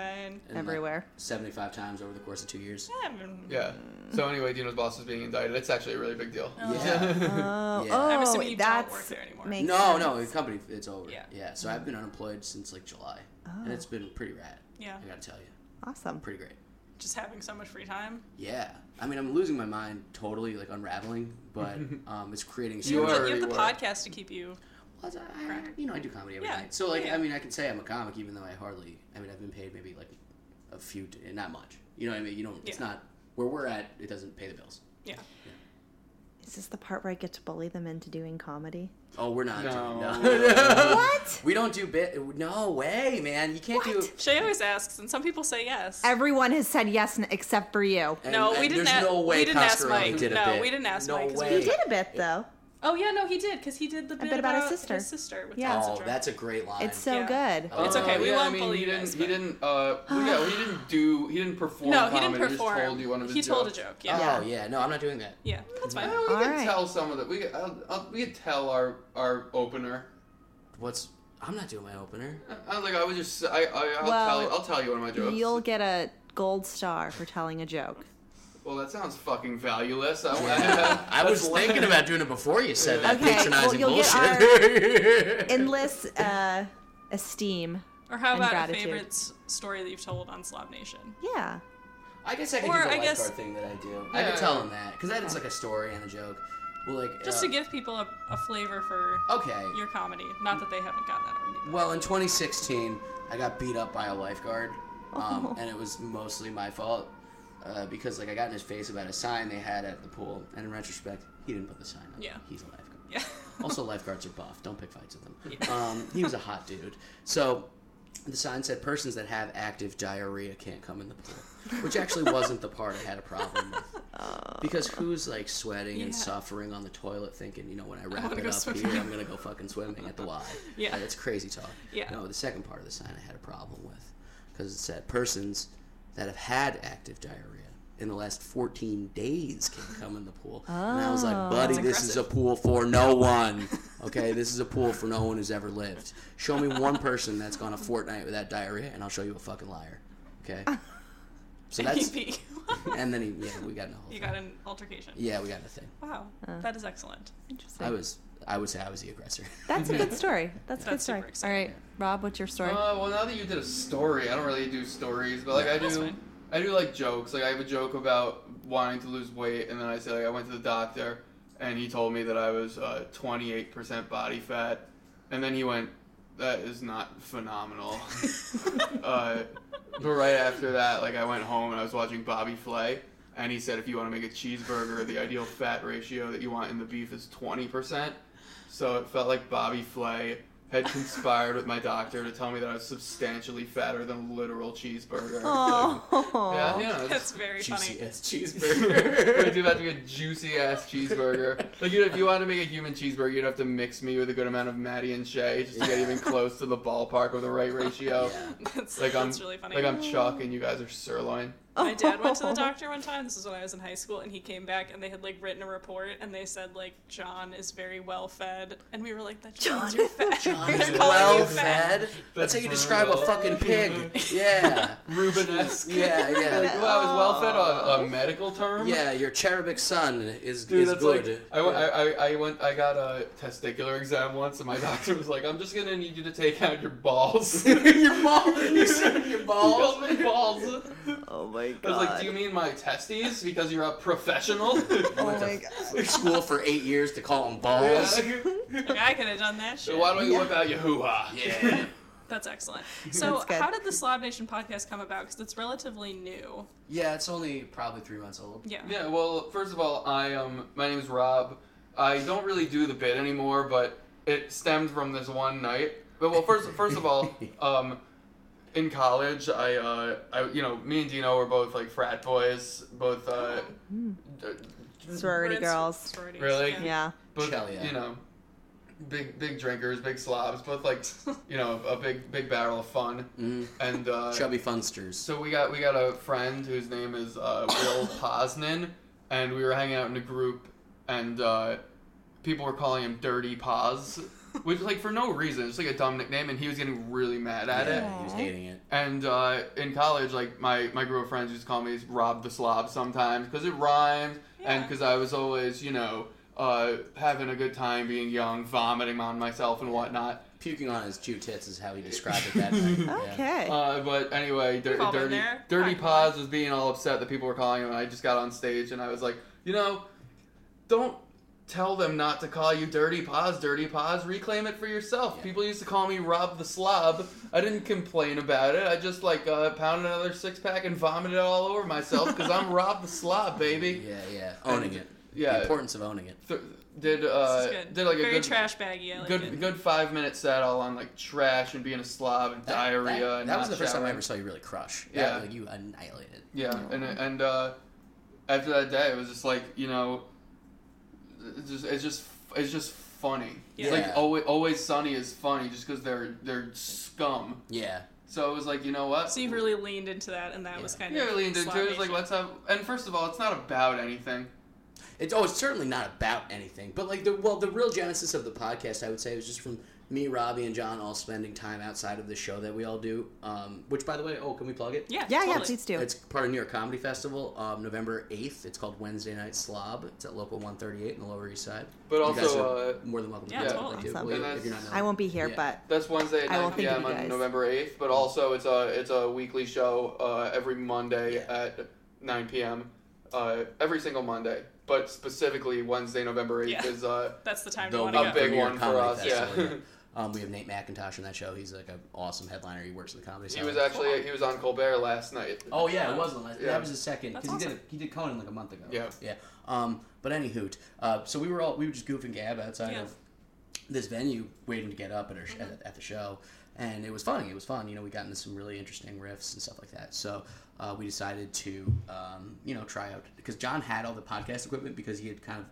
Speaker 4: and like
Speaker 3: everywhere.
Speaker 4: Seventy-five times over the course of two years.
Speaker 2: Yeah, I mean,
Speaker 5: Yeah. So anyway, Dino's boss is being indicted. It's actually a really big deal.
Speaker 2: Oh.
Speaker 4: Yeah.
Speaker 3: Oh,
Speaker 4: Yeah.
Speaker 2: I'm
Speaker 3: oh,
Speaker 2: assuming you
Speaker 3: that's
Speaker 2: don't work there anymore.
Speaker 3: makes
Speaker 4: no,
Speaker 3: sense.
Speaker 4: no, the company, it's over.
Speaker 2: Yeah. Oh.
Speaker 4: So I've been unemployed since like July, and it's been pretty rad.
Speaker 2: yeah,
Speaker 4: I gotta tell you,
Speaker 3: Awesome.
Speaker 4: pretty great.
Speaker 2: just having so much free time.
Speaker 4: Yeah. I mean, I'm losing my mind totally, like unraveling, but um, it's creating. so
Speaker 5: You
Speaker 4: much-
Speaker 2: have the-
Speaker 5: already
Speaker 2: you have the
Speaker 5: were.
Speaker 2: podcast to keep you.
Speaker 4: Well, I, I,
Speaker 2: Correct.
Speaker 4: you know, I do comedy every
Speaker 2: Yeah,
Speaker 4: night. So, like,
Speaker 2: yeah, yeah.
Speaker 4: I mean, I can say I'm a comic, even though I hardly. I mean, I've been paid maybe like a few, t- not much. You know what I mean? You don't. It's
Speaker 2: Yeah.
Speaker 4: not where we're at. It doesn't pay the bills.
Speaker 2: Yeah.
Speaker 3: Is this the part where I get to bully them into doing comedy?
Speaker 4: Oh, we're not.
Speaker 5: No.
Speaker 4: Doing, no.
Speaker 3: What?
Speaker 4: We don't do bit. No way, man. You can't do.
Speaker 2: Shay always asks, and some people say yes.
Speaker 3: Everyone has said yes n- except for you.
Speaker 4: and-
Speaker 2: no,
Speaker 4: and
Speaker 2: we didn't.
Speaker 4: There's
Speaker 2: a-
Speaker 4: no way
Speaker 2: we didn't ask
Speaker 4: Coscarelli
Speaker 2: Mike.
Speaker 4: did a
Speaker 2: no,
Speaker 4: bit.
Speaker 2: we didn't ask
Speaker 4: No
Speaker 2: Mike. 'cause we-
Speaker 4: way.
Speaker 3: He did a bit though.
Speaker 2: Oh yeah, no, he did because he did the bit,
Speaker 3: bit about his sister.
Speaker 2: His sister. With
Speaker 3: Yeah.
Speaker 2: Down
Speaker 4: Oh,
Speaker 2: syndrome.
Speaker 4: that's a great line.
Speaker 3: It's so
Speaker 2: Yeah.
Speaker 3: good.
Speaker 4: Oh,
Speaker 2: It's okay, we
Speaker 5: yeah, I
Speaker 2: won't
Speaker 5: mean,
Speaker 2: believe
Speaker 5: he didn't.
Speaker 2: this,
Speaker 5: he
Speaker 2: but-
Speaker 5: didn't. Uh, well, yeah, well, he didn't do. He didn't perform.
Speaker 2: no, he didn't
Speaker 5: comedy,
Speaker 2: perform.
Speaker 5: He just told you one of his
Speaker 2: he told a
Speaker 5: jokes.
Speaker 2: joke. Yeah.
Speaker 3: Yeah.
Speaker 4: Oh yeah, no, I'm not doing that.
Speaker 2: Yeah, that's fine.
Speaker 5: Well, we
Speaker 3: All
Speaker 5: can
Speaker 3: right.
Speaker 5: tell some of that. We could- I'll, I'll, we could tell our our opener.
Speaker 4: What's? I'm not doing my opener.
Speaker 5: I- I was like, I was just. I, I I'll
Speaker 3: Well,
Speaker 5: tell you. I'll tell you one of my jokes.
Speaker 3: You'll get a gold star for telling a joke.
Speaker 5: Well, that sounds fucking valueless. I,
Speaker 4: I was
Speaker 5: that's-
Speaker 4: thinking about doing it before you said that
Speaker 3: Okay,
Speaker 4: patronizing
Speaker 3: well, you'll get our-
Speaker 4: bullshit.
Speaker 3: Endless uh, esteem.
Speaker 2: Or how
Speaker 3: And
Speaker 2: about a
Speaker 3: gratitude.
Speaker 2: favorite s- story that you've told on Slob Nation?
Speaker 3: Yeah.
Speaker 4: I guess I could
Speaker 2: Or
Speaker 4: do the
Speaker 2: I
Speaker 4: lifeguard
Speaker 2: guess-
Speaker 4: thing that I do. I could
Speaker 5: Yeah.
Speaker 4: tell him that because that is like a story and a joke. Well, like
Speaker 2: Just
Speaker 4: uh,
Speaker 2: to give people a, a flavor for
Speaker 5: Oh.
Speaker 4: okay.
Speaker 2: your comedy. Not that they haven't gotten that already. but-
Speaker 4: Well, in 2016, I got beat up by a lifeguard, um,
Speaker 3: Oh.
Speaker 4: and it was mostly my fault uh, because like I got in his face about a sign they had at the pool, and in retrospect, he didn't put the sign up.
Speaker 2: Yeah.
Speaker 4: he's a lifeguard.
Speaker 2: Yeah.
Speaker 4: Also, lifeguards are buff. Don't pick fights with them. Um, he was a hot dude. So the sign said, "Persons that have active diarrhea can't come in the pool," which actually wasn't the part I had a problem with. Because who's like sweating and
Speaker 2: Oh. Yeah.
Speaker 4: suffering on the toilet, thinking, you know, when I wrap
Speaker 2: wanna
Speaker 4: it
Speaker 2: go
Speaker 4: up
Speaker 2: swimming.
Speaker 4: here, I'm gonna go fucking swimming at the Y.
Speaker 2: Yeah.
Speaker 4: Uh, that's crazy talk.
Speaker 2: Yeah.
Speaker 4: No, the second part of the sign I had a problem with because it said, "Persons that have had active diarrhea." In the last 14 days, can come in the pool, and I was like,
Speaker 3: Oh.
Speaker 4: "Buddy,
Speaker 2: That's
Speaker 4: this is a pool for no one. Okay, this is a pool for no one who's ever lived. Show me one person that's gone a fortnight without diarrhea, and I'll show you a fucking liar. Okay. So that's
Speaker 2: EP.
Speaker 4: and then he, yeah, we got in a whole
Speaker 2: you
Speaker 4: thing.
Speaker 2: got an altercation.
Speaker 4: Yeah, we got in a thing.
Speaker 2: Wow, that is excellent.
Speaker 3: Interesting.
Speaker 4: I was I would say I was the aggressor.
Speaker 3: That's a good story. That's a good
Speaker 2: That's
Speaker 3: story.
Speaker 2: super
Speaker 3: All
Speaker 2: exciting.
Speaker 3: right, Rob, what's your story?
Speaker 5: Uh, well, now that you did a story, I don't really do stories, but like I
Speaker 2: That's
Speaker 5: do,
Speaker 2: fine.
Speaker 5: I do like jokes. Like I have a joke about wanting to lose weight, and then I say like I went to the doctor, and he told me that I was twenty eight percent body fat, and then he went, "That is not phenomenal." uh, but right after that, like I went home and I was watching Bobby Flay, and he said if you want to make a cheeseburger, the ideal fat ratio that you want in the beef is twenty percent. So it felt like Bobby Flay had conspired with my doctor to tell me that I was substantially fatter than a literal cheeseburger.
Speaker 3: Oh.
Speaker 5: Yeah, yeah.
Speaker 2: That's
Speaker 5: That's,
Speaker 2: very
Speaker 4: Juicy
Speaker 2: funny.
Speaker 4: ass cheeseburger.
Speaker 5: we do have to be a juicy ass cheeseburger. Like, you know, if you wanted to make a human cheeseburger, you'd have to mix me with a good amount of Maddie and Shay just to get even close to the ballpark of the right ratio.
Speaker 4: Yeah.
Speaker 2: That's,
Speaker 5: Like I'm,
Speaker 2: that's really funny.
Speaker 5: like um, I'm Chuck and you guys are Sirloin.
Speaker 2: My dad went to the doctor one time. This is when I was in high school, and he came back and they had like written a report and they said like John is very well fed, and we were like that John you're fat.
Speaker 4: John
Speaker 2: They're
Speaker 4: is
Speaker 2: calling
Speaker 4: well
Speaker 2: you fat.
Speaker 4: fed. That's, how you
Speaker 5: brutal.
Speaker 4: describe a fucking pig. Yeah.
Speaker 5: Rubenesque.
Speaker 4: Yeah,
Speaker 5: Like,
Speaker 4: yeah.
Speaker 5: wow, is well fed a, a medical term?
Speaker 4: Yeah, your cherubic son is,
Speaker 5: Dude,
Speaker 4: is
Speaker 5: that's
Speaker 4: good.
Speaker 5: like I, went, I, I, I went I got a testicular exam once and my doctor was like, I'm just gonna need you to take out your balls.
Speaker 4: your ball, you said your balls.
Speaker 5: Balls, my balls.
Speaker 3: Oh my god.
Speaker 5: I was like, Do you mean my testes? Because you're a professional.
Speaker 2: Oh
Speaker 4: I went to school for eight years to call them balls.
Speaker 5: Yeah.
Speaker 2: Like I could have done that shit.
Speaker 5: Why don't you whip out your hoo ha?
Speaker 4: Yeah.
Speaker 2: That's excellent. So,
Speaker 3: That's good.
Speaker 2: how did the Slob Nation podcast come about? Because it's relatively new.
Speaker 4: Yeah, it's only probably three months old.
Speaker 2: Yeah.
Speaker 5: Yeah, well, first of all, I um, my name is Rob. I don't really do the bit anymore, but it stemmed from this one night. But well, first first of all, um, in college, I uh, I you know, me and Dino were both like frat boys, both uh, d-
Speaker 3: Sorority
Speaker 2: We're in sor-
Speaker 3: girls.
Speaker 2: sororities,
Speaker 5: Really?
Speaker 2: Yeah.
Speaker 3: Yeah.
Speaker 5: both
Speaker 4: Hell yeah.
Speaker 5: you know, big big drinkers, big slobs, both like you know, a big big barrel of fun,
Speaker 4: Mm.
Speaker 5: and uh,
Speaker 4: Chubby funsters.
Speaker 5: So we got we got a friend whose name is uh, Will Posnan, and we were hanging out in a group, and uh, people were calling him Dirty Pos, which like for no reason, it's like a dumb nickname, and he was getting really mad at it.
Speaker 4: Yeah, he was hating it.
Speaker 5: And uh, in college, like my my group of friends used to call me Rob the Slob sometimes because it rhymed, and
Speaker 2: Yeah.
Speaker 5: because I was always you know uh, having a good time being young, vomiting on myself and whatnot.
Speaker 4: Puking on his cute tits is how he described it that night. Yeah.
Speaker 3: Okay.
Speaker 5: Uh, but anyway, dir-
Speaker 2: We've all been
Speaker 5: dirty,
Speaker 2: there.
Speaker 5: dirty
Speaker 2: Hi.
Speaker 5: Paws was being all upset that people were calling him, and I just got on stage and I was like, you know, don't tell them not to call you Dirty Paws, Dirty Paws. Reclaim it for yourself.
Speaker 4: Yeah.
Speaker 5: People used to call me Rob the Slob. I didn't complain about it. I just like uh, pounded another six pack and vomited all over myself because I'm Rob the Slob, baby.
Speaker 4: Yeah, yeah. Owning it.
Speaker 5: Yeah.
Speaker 4: The importance of owning it.
Speaker 5: Th- did
Speaker 2: This
Speaker 5: uh,
Speaker 2: is good.
Speaker 5: did like a
Speaker 2: Very
Speaker 5: good
Speaker 2: trash baggy. I like
Speaker 5: good
Speaker 2: it.
Speaker 5: good five minute set all on like trash and being a slob and
Speaker 4: That-
Speaker 5: diarrhea.
Speaker 4: That,
Speaker 5: and
Speaker 4: that was
Speaker 5: not
Speaker 4: the first time I
Speaker 5: showering.
Speaker 4: ever saw you really crush. That,
Speaker 5: Yeah.
Speaker 4: like, you annihilated.
Speaker 5: Yeah, and and uh, after that day, it was just like you know, it's just it's just it's just funny. It's
Speaker 4: Yeah.
Speaker 5: like always, always sunny is funny just because they're they're scum.
Speaker 4: Yeah.
Speaker 5: So it was like you know what?
Speaker 2: So you've really leaned into that, and that
Speaker 4: Yeah.
Speaker 2: was kind
Speaker 5: yeah,
Speaker 2: of
Speaker 5: leaned into it. It was like
Speaker 2: Slob Nation.
Speaker 5: let's have. And first of all, it's not about anything.
Speaker 4: It's oh, it's certainly not about anything. But like the well, the real genesis of the podcast, I would say, was just from me, Robbie, and John all spending time outside of the show that we all do. Um, which, by the way, oh, can we plug it?
Speaker 2: yeah,
Speaker 3: yeah, yeah,
Speaker 2: totally.
Speaker 3: please do.
Speaker 4: It's part of New York Comedy Festival, um, November eighth. It's called Wednesday Night Slob. It's at local one thirty eight in the Lower East Side.
Speaker 5: But
Speaker 4: You
Speaker 5: also,
Speaker 4: guys are
Speaker 5: uh,
Speaker 4: more than welcome to
Speaker 2: Yeah,
Speaker 4: come
Speaker 2: totally.
Speaker 4: too.
Speaker 3: Awesome.
Speaker 4: Well,
Speaker 5: And
Speaker 4: if you're not
Speaker 5: that's-
Speaker 4: in
Speaker 3: I won't be here,
Speaker 4: Yeah.
Speaker 3: but
Speaker 5: That's Wednesday at
Speaker 3: I will
Speaker 5: 9
Speaker 3: think of
Speaker 5: p.m.
Speaker 3: you
Speaker 5: on
Speaker 3: guys. Mm.
Speaker 5: November 8th. But also, it's a it's a weekly show uh, every Monday at 9 p.m. Uh, every single Monday, but specifically Wednesday, November 8th
Speaker 2: Yeah.
Speaker 5: is uh,
Speaker 2: That's the time
Speaker 4: the
Speaker 2: to want to
Speaker 5: a
Speaker 2: go.
Speaker 5: big
Speaker 4: Premier
Speaker 5: one for
Speaker 4: Comedy
Speaker 5: us, yeah.
Speaker 4: Festival, Um, we have Nate McIntosh in that show. He's like an awesome headliner. He works at the comedy.
Speaker 5: he
Speaker 4: Cellar.
Speaker 5: was actually he was on Colbert last night.
Speaker 4: Oh yeah, it was the last.
Speaker 5: Yeah.
Speaker 4: That was his second because
Speaker 2: That's
Speaker 4: he did he did Conan like a month ago.
Speaker 5: Yeah.
Speaker 4: yeah. Um, but any hoot, uh, so we were all we were just goofing gab outside
Speaker 2: Yeah. Mm-hmm.
Speaker 4: of this venue, waiting to get up at our sh- at, at the show, and it was funny. It was fun. You know, we got into some really interesting riffs and stuff like that. So uh, we decided to um, you know try out because John had all the podcast equipment because he had kind of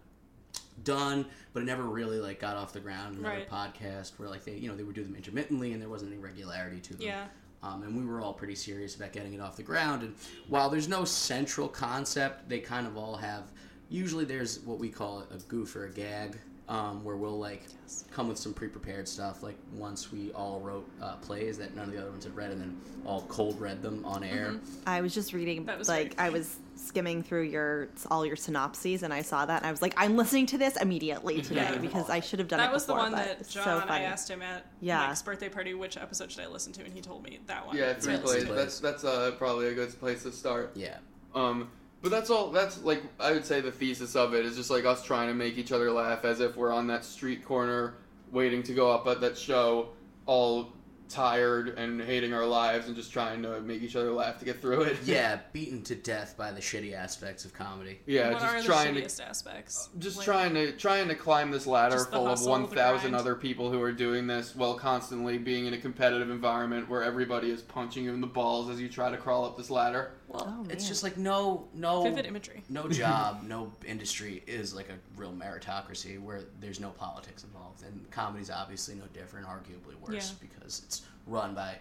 Speaker 4: done, but it never really like got off the ground. Another
Speaker 2: Right.
Speaker 4: podcast where like they you know they would do them intermittently and there wasn't any regularity to them.
Speaker 2: Yeah.
Speaker 4: Um, and we were all pretty serious about getting it off the ground. And while there's no central concept, they kind of all have. Usually, there's what we call a goof or a gag, um, where we'll like come with some pre-prepared stuff. Like once we all wrote uh, plays that none of the other ones had read, and then all cold read them on air.
Speaker 3: I was just reading,
Speaker 2: That was
Speaker 3: like,
Speaker 2: very
Speaker 3: I was skimming through your all your synopses, and I saw that, and I was like, I'm listening to this immediately
Speaker 4: Mm-hmm.
Speaker 3: today
Speaker 2: Yeah.
Speaker 3: because I should have done it.
Speaker 2: That was the
Speaker 3: before,
Speaker 2: one
Speaker 3: but
Speaker 2: that
Speaker 3: it's
Speaker 2: John.
Speaker 3: so
Speaker 2: I
Speaker 3: funny.
Speaker 2: asked him at
Speaker 3: Yeah.
Speaker 2: Mike's birthday party which episode should I listen to, and he told me that one.
Speaker 5: Yeah,
Speaker 2: So
Speaker 5: three
Speaker 2: I
Speaker 4: Three
Speaker 5: plays.
Speaker 2: listened-
Speaker 5: That's that's uh, probably a good place to start.
Speaker 4: Yeah.
Speaker 5: Um, but that's all. That's like I would say the thesis of it is just like us trying to make each other laugh as if we're on that street corner waiting to go up at that show, all tired and hating our lives and just trying to make each other laugh to get through it.
Speaker 4: Yeah, beaten to death by the shitty aspects of comedy.
Speaker 5: yeah,
Speaker 2: what are
Speaker 5: just
Speaker 2: the
Speaker 5: trying to Uh,
Speaker 2: shittiest aspects?
Speaker 5: just
Speaker 2: Like-
Speaker 5: trying to trying to climb this ladder
Speaker 2: Just the
Speaker 5: full of
Speaker 2: hustle, the
Speaker 5: 1000
Speaker 2: grind.
Speaker 5: other people who are doing this while constantly being in a competitive environment where everybody is punching you in the balls as you try to crawl up this ladder
Speaker 4: Well,
Speaker 3: Oh,
Speaker 4: it's
Speaker 3: man.
Speaker 4: just like no, no.
Speaker 2: vivid imagery.
Speaker 4: no job, no industry is like a real meritocracy where there's no politics involved. And comedy's obviously no different, arguably worse,
Speaker 2: Yeah.
Speaker 4: because it's run by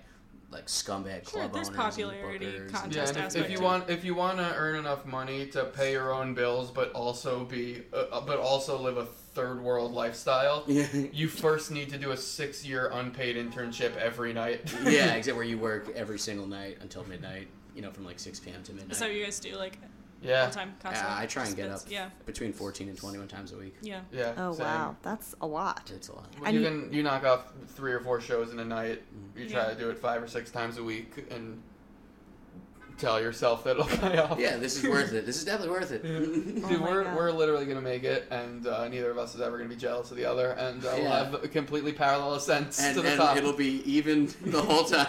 Speaker 4: like scumbag
Speaker 2: Sure,
Speaker 4: club owners
Speaker 2: there's
Speaker 4: and
Speaker 2: popularity
Speaker 4: bookers and
Speaker 2: contest
Speaker 5: Yeah,
Speaker 2: Just
Speaker 5: and if,
Speaker 2: aspect
Speaker 5: if you
Speaker 2: to it.
Speaker 5: want if you want to earn enough money to pay your own bills, but also be uh, but also live a third world lifestyle,
Speaker 4: Yeah.
Speaker 5: you first need to do a six year unpaid internship every night.
Speaker 4: yeah, except where you work every single night until midnight. You know, from like six p.m. to midnight.
Speaker 2: Is that what you guys do like all
Speaker 5: yeah,
Speaker 2: the time constantly?
Speaker 4: yeah, I try and get up
Speaker 2: Spits? Yeah,
Speaker 4: between fourteen and twenty-one times a week.
Speaker 2: yeah.
Speaker 5: yeah.
Speaker 3: Oh
Speaker 5: same.
Speaker 3: wow, that's a lot.
Speaker 4: It's a lot.
Speaker 5: Well,
Speaker 3: And
Speaker 5: you
Speaker 3: you-
Speaker 5: can you knock off
Speaker 4: Mm.
Speaker 5: three or four shows in a night. You try
Speaker 2: Yeah.
Speaker 5: to do it five or six times a week, and tell yourself that it'll pay off.
Speaker 4: Yeah, this is worth it. This is definitely worth it.
Speaker 5: Dude,
Speaker 3: my
Speaker 5: we're,
Speaker 3: God.
Speaker 5: we're literally gonna make it, and uh, neither of us is ever gonna be jealous of the other, and uh, we'll
Speaker 4: Yeah.
Speaker 5: have completely parallel ascents
Speaker 4: and
Speaker 5: to the
Speaker 4: and
Speaker 5: top.
Speaker 4: it'll be even the whole time.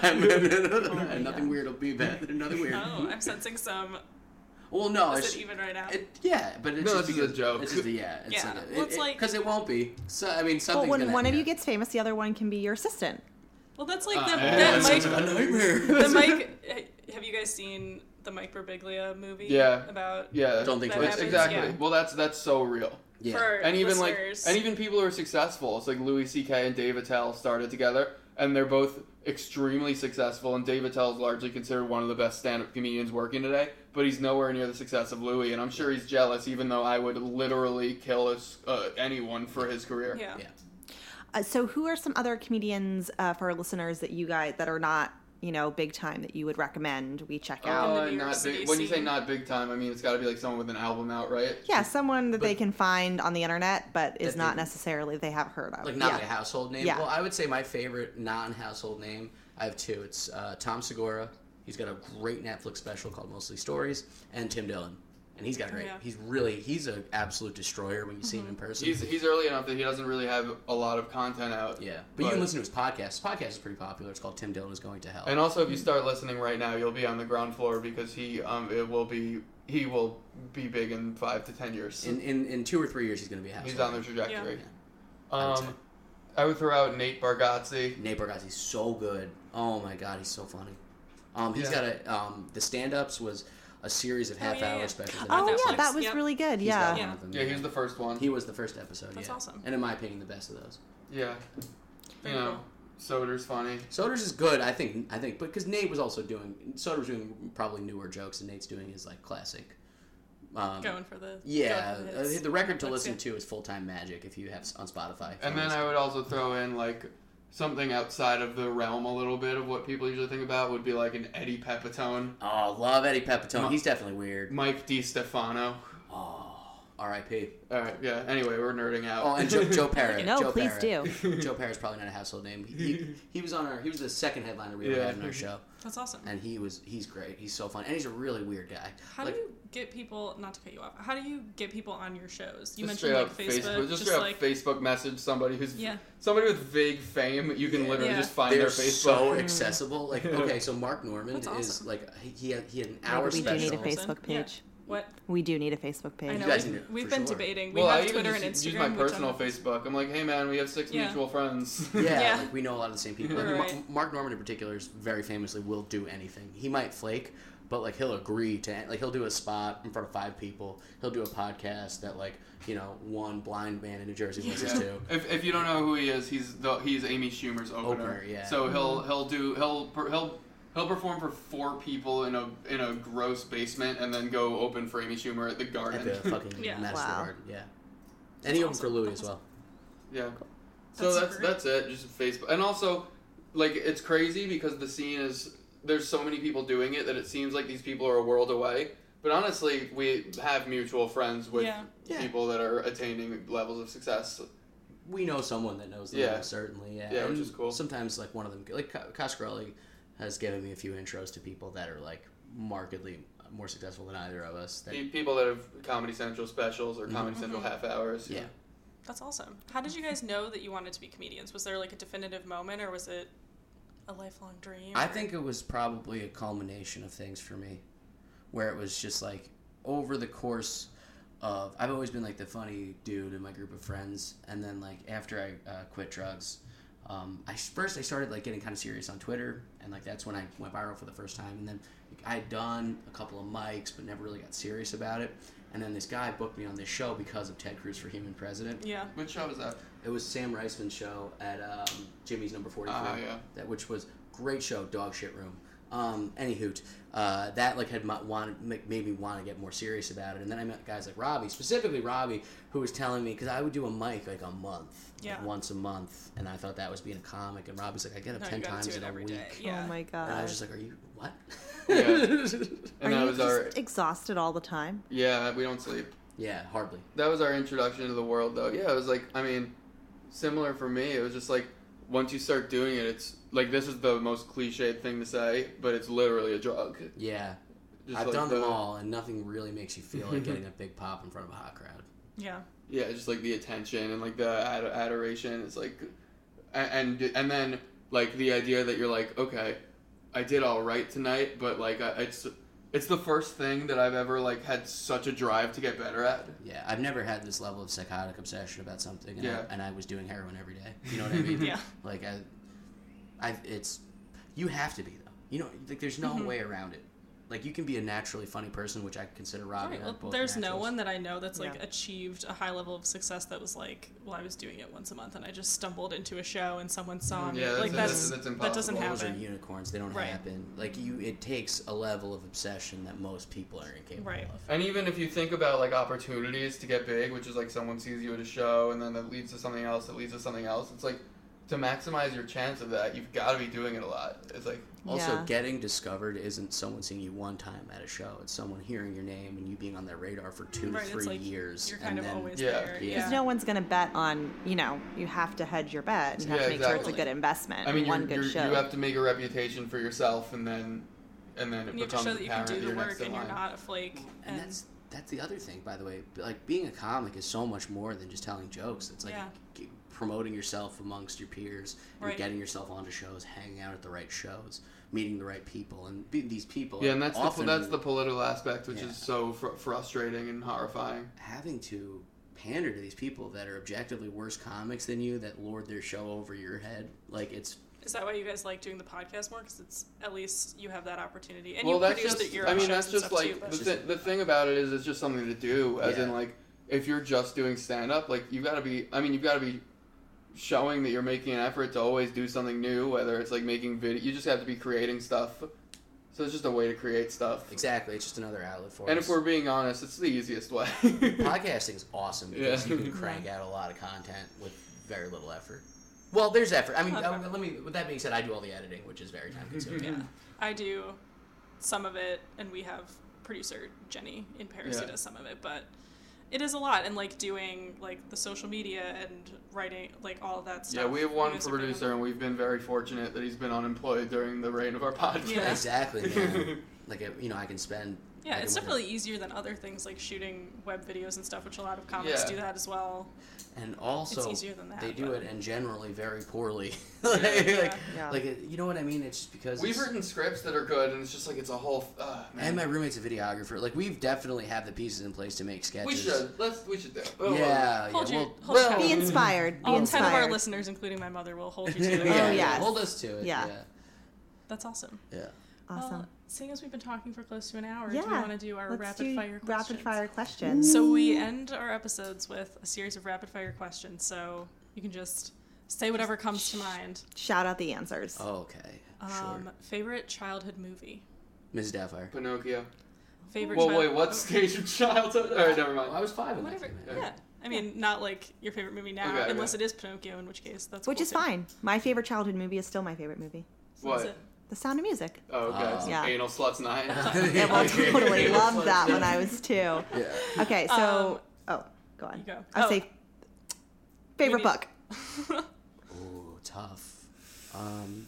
Speaker 4: and nothing weird will be bad. Nothing weird.
Speaker 2: Oh, I'm sensing some.
Speaker 4: Well, no,
Speaker 2: Is
Speaker 4: it's,
Speaker 2: it even right now?
Speaker 4: it, yeah, but it's
Speaker 5: No,
Speaker 4: just
Speaker 5: this is
Speaker 4: because
Speaker 5: a joke.
Speaker 4: It's just a, yeah, it's
Speaker 2: Yeah,
Speaker 4: Like a,
Speaker 2: well, it's like-
Speaker 4: because it won't be. So I mean,
Speaker 3: But
Speaker 4: something's
Speaker 3: when
Speaker 4: gonna
Speaker 3: one of you
Speaker 4: happen.
Speaker 3: gets famous, the other one can be your assistant.
Speaker 2: Well, that's like
Speaker 5: Uh,
Speaker 2: the,
Speaker 5: yeah,
Speaker 2: that
Speaker 5: it's
Speaker 2: Mike.
Speaker 5: like
Speaker 4: a nightmare.
Speaker 2: The Mike. Have you guys seen the Mike Birbiglia movie?
Speaker 5: Yeah.
Speaker 2: About
Speaker 5: yeah,
Speaker 4: Don't think
Speaker 2: That
Speaker 4: twice.
Speaker 5: that's
Speaker 2: happens,
Speaker 5: exactly.
Speaker 2: yeah.
Speaker 5: Well, that's that's so real.
Speaker 4: Yeah.
Speaker 2: for
Speaker 5: And even like,
Speaker 2: listeners.
Speaker 5: and even people who are successful. It's like Louis C.K. and Dave Attell started together, and they're both extremely successful. And Dave Attell is largely considered one of the best stand-up comedians working today, but he's nowhere near the success of Louis. And I'm sure he's jealous, even though I would literally kill us, uh, anyone for his career.
Speaker 2: yeah.
Speaker 4: yeah.
Speaker 3: Uh, so, who are some other comedians uh, for our listeners that you guys that are not you know big time that you would recommend we
Speaker 4: Oh.
Speaker 3: check out?
Speaker 2: in the
Speaker 5: Uh,
Speaker 2: New York
Speaker 5: not
Speaker 2: City
Speaker 5: big, when you say
Speaker 2: scene.
Speaker 5: not big time, I mean it's got to be like someone with an album out, right?
Speaker 3: yeah, someone that they can find on the internet, but is
Speaker 4: That
Speaker 3: not
Speaker 4: they-
Speaker 3: necessarily they have heard of.
Speaker 4: Like not
Speaker 3: yeah.
Speaker 4: a household name.
Speaker 3: Yeah.
Speaker 4: Well, I would say my favorite non-household name. I have two. It's uh, Tom Segura. He's got a great Netflix special called Mostly Stories, and Tim Dillon. And he's got a great.
Speaker 2: Oh, Yeah. Mm-hmm.
Speaker 4: He's really. He's an absolute destroyer when you see him in person.
Speaker 5: He's he's early enough that he doesn't really have a lot of content out.
Speaker 4: yeah, but, you can listen to his podcast. His podcast is pretty popular. It's called Tim Dillon is Going to Hell.
Speaker 5: And also, if you start listening right now, you'll be on the ground floor because he um it will be he will be big in five to ten years.
Speaker 4: in, in in two or three years, he's going to be a household.
Speaker 5: He's on the
Speaker 4: name.
Speaker 5: trajectory.
Speaker 4: I would say.
Speaker 5: Um, I would throw out Nate Bargatze.
Speaker 4: Nate Bargatze's so good. Oh my god, he's so funny. Um, he's
Speaker 5: Yeah.
Speaker 4: got a um, the stand ups was a series of
Speaker 2: Oh, yeah,
Speaker 4: half hour
Speaker 2: yeah.
Speaker 4: specials. on
Speaker 3: Oh
Speaker 4: Netflix.
Speaker 3: yeah, that was
Speaker 2: Yep.
Speaker 3: really good.
Speaker 4: He's
Speaker 3: Yeah.
Speaker 4: got
Speaker 2: Yeah.
Speaker 4: one of them,
Speaker 5: Yeah, he was the first one.
Speaker 4: He was the first episode.
Speaker 2: That's
Speaker 4: yeah.
Speaker 2: awesome.
Speaker 4: And in my opinion, the best of those.
Speaker 5: yeah, you
Speaker 2: Very
Speaker 5: know,
Speaker 2: cool.
Speaker 5: Soder's funny.
Speaker 4: Soder's is good, I think. I think, but because Nate was also doing Soder was doing probably newer jokes, and Nate's doing his like classic. Um,
Speaker 2: Going for the
Speaker 4: Yeah,
Speaker 2: going for
Speaker 4: uh,
Speaker 2: hits.
Speaker 4: the record to
Speaker 2: That's
Speaker 4: listen
Speaker 2: good.
Speaker 4: to is Full Time Magic if you have s- on Spotify. if
Speaker 5: And
Speaker 4: you
Speaker 5: then I
Speaker 4: wanna-
Speaker 5: would also throw in like something outside of the realm a little bit of what people usually think about would be like an Eddie Pepitone,
Speaker 4: oh, love Eddie Pepitone.
Speaker 5: Ma-
Speaker 4: He's definitely weird.
Speaker 5: Mike DiStefano.
Speaker 4: Oh, R.I.P.
Speaker 5: All right, yeah. Anyway, we're nerding out.
Speaker 4: Oh, and Joe, Joe Parra.
Speaker 3: No,
Speaker 4: Joe
Speaker 3: please
Speaker 4: Parra.
Speaker 3: do.
Speaker 4: Joe Parra's probably not a household name. He, he was on our. He was the second headliner we ever
Speaker 5: Yeah.
Speaker 4: had on our show,
Speaker 2: That's awesome.
Speaker 4: and he was he's great. He's so fun, and he's a really weird guy.
Speaker 2: How
Speaker 4: Like-
Speaker 2: do you get people? Not to cut you off. How do you get people on your shows? You
Speaker 5: Just
Speaker 2: mentioned like
Speaker 5: straight
Speaker 2: Facebook.
Speaker 5: up just,
Speaker 2: just
Speaker 5: straight
Speaker 2: like
Speaker 5: up Facebook message somebody who's
Speaker 2: Yeah.
Speaker 5: somebody with vague fame. You can literally
Speaker 2: Yeah.
Speaker 5: just find
Speaker 4: they're
Speaker 5: their Facebook.
Speaker 4: so accessible. Like, okay, so Mark Norman
Speaker 2: That's
Speaker 4: is
Speaker 2: awesome.
Speaker 4: like he- he had, he had an
Speaker 3: Maybe
Speaker 4: hour
Speaker 3: we do need
Speaker 4: special.
Speaker 3: a Facebook
Speaker 2: Yeah.
Speaker 3: page.
Speaker 2: what?
Speaker 3: We do need a Facebook page.
Speaker 2: I know.
Speaker 4: guys
Speaker 2: We've,
Speaker 4: need it,
Speaker 2: we've
Speaker 4: for
Speaker 2: been
Speaker 4: sure.
Speaker 2: debating. We
Speaker 5: well, I
Speaker 2: have
Speaker 5: even
Speaker 2: Twitter
Speaker 5: just
Speaker 2: and Instagram.
Speaker 5: use my
Speaker 2: which
Speaker 5: personal
Speaker 2: I'm-
Speaker 5: Facebook. I'm like, hey man, we have six
Speaker 2: Yeah.
Speaker 5: mutual friends.
Speaker 4: Yeah,
Speaker 2: Yeah.
Speaker 4: like we know a lot of the same people. Like,
Speaker 2: Right.
Speaker 4: Ma- Mark Norman in particular is very famously will do anything. He might flake, but like he'll agree to like he'll do a spot in front of five people. He'll do a podcast that like you know one blind man in New Jersey listens
Speaker 5: Yeah.
Speaker 4: to.
Speaker 5: If, if you don't know who he is, he's the, he's Amy Schumer's opener.
Speaker 4: Opener, yeah.
Speaker 5: So he'll
Speaker 2: Mm-hmm.
Speaker 5: he'll do he'll per- he'll he'll perform for four people in a in a gross basement and then go open for Amy Schumer at the
Speaker 4: At
Speaker 5: Garden.
Speaker 4: the fucking
Speaker 2: Yeah.
Speaker 4: Madison
Speaker 3: Wow.
Speaker 4: Garden, yeah. And he opened for
Speaker 2: awesome.
Speaker 4: Louis
Speaker 2: That's
Speaker 4: as well.
Speaker 5: Yeah. So
Speaker 2: That's
Speaker 5: that's that's it. Just Facebook, and also, like, it's crazy because the scene is there's so many people doing it that it seems like these people are a world away. But honestly, we have mutual friends with
Speaker 2: Yeah.
Speaker 4: Yeah.
Speaker 5: people that are attaining levels of success.
Speaker 4: we know someone that knows them
Speaker 5: Yeah.
Speaker 4: certainly yeah,
Speaker 5: Yeah, which
Speaker 4: And
Speaker 5: is cool.
Speaker 4: sometimes like one of them like Ka- Coscarelli has given me a few intros to people that are like markedly more successful than either of us that,
Speaker 5: Pe- People that have Comedy Central specials or Comedy Central
Speaker 2: Mm-hmm.
Speaker 5: half hours.
Speaker 4: Mm-hmm. yeah
Speaker 2: That's awesome. How did you guys know that you wanted to be comedians? Was there like a definitive moment, or was it a lifelong dream?
Speaker 4: I
Speaker 2: or-
Speaker 4: think it was probably a culmination of things for me, where it was just like over the course of I've always been like the funny dude in my group of friends, and then like after I uh, quit drugs, um, I first I started like getting kind of serious on Twitter, and like that's when I went viral for the first time, and then like, I had done a couple of mics but never really got serious about it, and then this guy booked me on this show because of Ted Cruz for Human President.
Speaker 2: Yeah.
Speaker 5: Which show was that?
Speaker 4: It was Sam Reisman's show at um, Jimmy's number 44.
Speaker 5: Ah, yeah.
Speaker 4: That which was great show, dog shit room. Um, any hoot, uh, that like had my, wanted ma- made me want to get more serious about it, and then I met guys like Robbie, specifically Robbie, who was telling me because I would do a mic like a month, like,
Speaker 2: Yeah.
Speaker 4: once a month, and I thought that was being a comic, and Robbie's like, I get up
Speaker 2: No,
Speaker 4: ten
Speaker 2: you gotta
Speaker 4: times
Speaker 2: do it
Speaker 4: in a
Speaker 2: every
Speaker 4: week,
Speaker 2: day. Yeah.
Speaker 3: Oh my
Speaker 4: and I
Speaker 3: god.
Speaker 4: was just like, are you what?
Speaker 5: And
Speaker 3: Are
Speaker 5: that
Speaker 3: you
Speaker 5: was
Speaker 3: just
Speaker 5: our
Speaker 3: exhausted all the time?
Speaker 5: yeah. We don't sleep.
Speaker 4: yeah, hardly.
Speaker 5: that was our introduction to the world though yeah it was like i mean similar for me it was just like once you start doing it it's like this is the most cliched thing to say but it's literally a drug
Speaker 4: Yeah,
Speaker 5: Just
Speaker 4: I've
Speaker 5: like
Speaker 4: done them
Speaker 5: the-
Speaker 4: all, and nothing really makes you feel like getting a big pop in front of a hot crowd.
Speaker 2: Yeah.
Speaker 5: yeah just like the attention and like the ad- adoration it's like a- and and then like the idea that you're like okay i did all right tonight but like I, it's it's the first thing that i've ever like had such a drive to get better at
Speaker 4: Yeah, I've never had this level of psychotic obsession about something, and,
Speaker 5: Yeah.
Speaker 4: I, and I was doing heroin every day. You know what I mean?
Speaker 2: Yeah.
Speaker 4: Like I, I, it's, you have to be though. You know, like there's
Speaker 2: Mm-hmm.
Speaker 4: no way around it. Like you can be a naturally funny person, which I consider
Speaker 2: All
Speaker 4: Robbie.
Speaker 2: right. Well, there's no one that I know that's like
Speaker 3: Yeah.
Speaker 2: achieved a high level of success that was like, well, I was doing it once a month and I just stumbled into a show and someone saw me.
Speaker 5: Mm, Yeah, that's-
Speaker 2: Um, like that's,
Speaker 5: that's- that's
Speaker 2: that doesn't
Speaker 5: impossible.
Speaker 4: Those are
Speaker 2: happen.
Speaker 4: unicorns. They don't
Speaker 2: Right.
Speaker 4: happen. Like you, it takes a level of obsession that most people are incapable
Speaker 2: Right.
Speaker 4: of.
Speaker 5: and even if you think about like opportunities to get big which is like someone sees you at a show and then that leads to something else that leads to something else it's like to maximize your chance of that you've got to be doing it a lot it's like
Speaker 4: Also,
Speaker 3: Yeah.
Speaker 4: getting discovered isn't someone seeing you one time at a show. It's someone hearing your name and you being on their radar for two,
Speaker 2: Right.
Speaker 4: three
Speaker 2: It's like
Speaker 4: years.
Speaker 2: you're
Speaker 4: and
Speaker 2: kind of
Speaker 4: then,
Speaker 2: always
Speaker 5: Yeah.
Speaker 2: there.
Speaker 4: Yeah.
Speaker 2: Yeah.
Speaker 3: no one's going to bet on, you know, you have to hedge your bet and have
Speaker 5: Yeah,
Speaker 3: to make sure it's
Speaker 4: exactly.
Speaker 3: a good investment.
Speaker 5: I mean,
Speaker 3: one
Speaker 5: you're,
Speaker 3: good
Speaker 5: you're,
Speaker 3: show.
Speaker 5: you have to make a reputation for yourself, and then, and then it
Speaker 2: You have to
Speaker 5: becomes
Speaker 2: show that you can
Speaker 5: apparent
Speaker 2: do the
Speaker 5: you're next
Speaker 2: work
Speaker 5: in
Speaker 2: and you're
Speaker 5: line.
Speaker 2: not a flake.
Speaker 4: and that's that's the other thing by the way like being a comic is so much more than just telling jokes it's like
Speaker 2: Yeah.
Speaker 4: g- promoting yourself amongst your peers and
Speaker 2: Right.
Speaker 4: getting yourself onto shows hanging out at the right shows meeting the right people and be, these people
Speaker 5: Yeah, and that's the,
Speaker 4: often
Speaker 5: that's the political aspect, which
Speaker 4: Yeah.
Speaker 5: is so fr- frustrating and horrifying.
Speaker 4: having to pander to these people that are objectively worse comics than you that lord their show over your head like it's
Speaker 2: Is that why you guys like doing the podcast more? Because it's at least you have that opportunity, and
Speaker 5: well,
Speaker 2: you
Speaker 5: that's
Speaker 2: produce
Speaker 5: just.
Speaker 2: the your
Speaker 5: I
Speaker 2: own
Speaker 5: mean,
Speaker 2: shows
Speaker 5: that's
Speaker 2: and
Speaker 5: just
Speaker 2: stuff
Speaker 5: like
Speaker 2: too, but-
Speaker 5: the, thi- the thing about it is, it's just something to do. As in,
Speaker 4: Yeah.
Speaker 5: like, if you're just doing stand up, like you've got to be. I mean, you've got to be showing that you're making an effort to always do something new. Whether it's like making video, you just have to be creating stuff. So it's just a way to create stuff.
Speaker 4: exactly it's just another outlet for
Speaker 5: And
Speaker 4: us
Speaker 5: if we're being honest, it's the easiest way.
Speaker 4: podcasting is awesome because
Speaker 5: Yeah.
Speaker 4: you can crank out a lot of content with very little effort well there's effort i mean uh, let me with that being said i do all the editing which is very time consuming
Speaker 2: yeah, I do some of it, and we have producer Jenny in Paris who
Speaker 5: Yeah.
Speaker 2: does some of it, but it is a lot. And like doing like the social media and writing, like all of that stuff.
Speaker 5: Yeah, we have
Speaker 2: You
Speaker 5: one
Speaker 2: guys are big on
Speaker 5: producer, and we've been very fortunate that he's been unemployed during the reign of our podcast.
Speaker 2: Yeah.
Speaker 4: Exactly, man. like I- you know, I can spend. I
Speaker 2: Yeah,
Speaker 4: can
Speaker 2: it's
Speaker 4: look at-
Speaker 2: definitely easier than other things like shooting web videos and stuff, which a lot of comics
Speaker 5: Yeah.
Speaker 2: do that as well.
Speaker 4: And also,
Speaker 2: it's easier than that,
Speaker 4: they do
Speaker 2: but-
Speaker 4: it and generally very poorly. like, like,
Speaker 3: Yeah.
Speaker 4: like, it- you know what I mean? It's just because
Speaker 5: We've
Speaker 4: it's-
Speaker 5: written scripts that are good, and it's just like it's a whole. Uh, man.
Speaker 4: And my roommate's a videographer. Like we've definitely have the pieces in place to make sketches.
Speaker 5: we should let's we should do. It.
Speaker 4: Yeah,
Speaker 5: Uh, Well,
Speaker 4: yeah.
Speaker 2: Hold your-
Speaker 4: well,
Speaker 2: hold
Speaker 4: well,
Speaker 2: your-
Speaker 3: be inspired. Be
Speaker 2: All ten
Speaker 3: inspired.
Speaker 2: of our listeners, including my mother, will hold you to it.
Speaker 4: yeah,
Speaker 3: Oh,
Speaker 4: yeah,
Speaker 3: yes.
Speaker 4: Hold us to it.
Speaker 3: Yeah.
Speaker 4: Yeah.
Speaker 2: That's awesome.
Speaker 4: yeah.
Speaker 3: awesome.
Speaker 2: Well, seeing as we've been talking for close to an hour,
Speaker 3: yeah.
Speaker 2: do we want to do our
Speaker 3: Let's
Speaker 2: rapid
Speaker 3: do
Speaker 2: fire questions?
Speaker 3: rapid fire questions.
Speaker 2: So we end our episodes with a series of rapid fire questions. So you can just say whatever comes to mind.
Speaker 3: Shout out the answers.
Speaker 4: Oh, Okay.
Speaker 2: Um,
Speaker 4: sure.
Speaker 2: Favorite childhood movie.
Speaker 4: Ms. Doubtfire.
Speaker 5: Pinocchio.
Speaker 2: Favorite.
Speaker 5: Well,
Speaker 2: child-
Speaker 5: wait, what
Speaker 2: oh,
Speaker 5: stage of childhood? All right, never
Speaker 4: Well, I
Speaker 5: mind.
Speaker 4: was five. when that
Speaker 2: Whatever.
Speaker 4: came out.
Speaker 2: Yeah. I mean, not like your favorite movie now,
Speaker 5: Okay, okay.
Speaker 2: unless it is Pinocchio, in which case that's
Speaker 3: which
Speaker 2: cool
Speaker 3: is
Speaker 2: too.
Speaker 3: fine. My favorite childhood movie is still my favorite movie.
Speaker 2: That's
Speaker 5: What?
Speaker 2: it.
Speaker 3: The Sound of Music.
Speaker 5: Oh, okay.
Speaker 4: Uh,
Speaker 5: it's
Speaker 3: Yeah.
Speaker 5: Anal sluts nine.
Speaker 3: Yeah, well, I totally
Speaker 5: Yeah.
Speaker 3: loved that when I was two.
Speaker 4: Yeah.
Speaker 3: Okay, so oh, go on.
Speaker 2: Um, you go.
Speaker 3: I'll
Speaker 2: Oh.
Speaker 3: say favorite
Speaker 2: need-
Speaker 3: book.
Speaker 4: Ooh, tough. Um,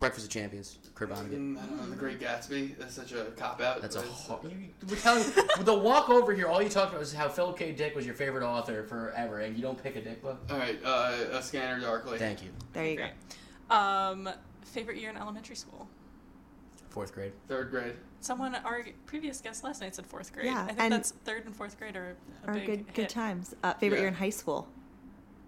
Speaker 4: Breakfast of Champions. Kurt Vonnegut.
Speaker 5: Mm, I don't know, the Great Gatsby. That's such a cop out.
Speaker 4: That's a ho- you were telling the walk over here. All you talked about was how Philip K. Dick was your favorite author forever, and you don't pick a Dick book.
Speaker 5: All right, uh, a Scanner Darkly.
Speaker 4: Thank you.
Speaker 3: There you go.
Speaker 2: Great. Um, favorite year in elementary school.
Speaker 4: Fourth grade.
Speaker 5: Third grade.
Speaker 2: Someone, our previous guest last night said fourth grade.
Speaker 3: Yeah,
Speaker 2: I think
Speaker 3: and-
Speaker 2: that's third and fourth grade are a
Speaker 3: Or
Speaker 2: big
Speaker 3: good
Speaker 2: hit.
Speaker 3: good times. Uh, favorite
Speaker 5: Yeah.
Speaker 3: year in high school.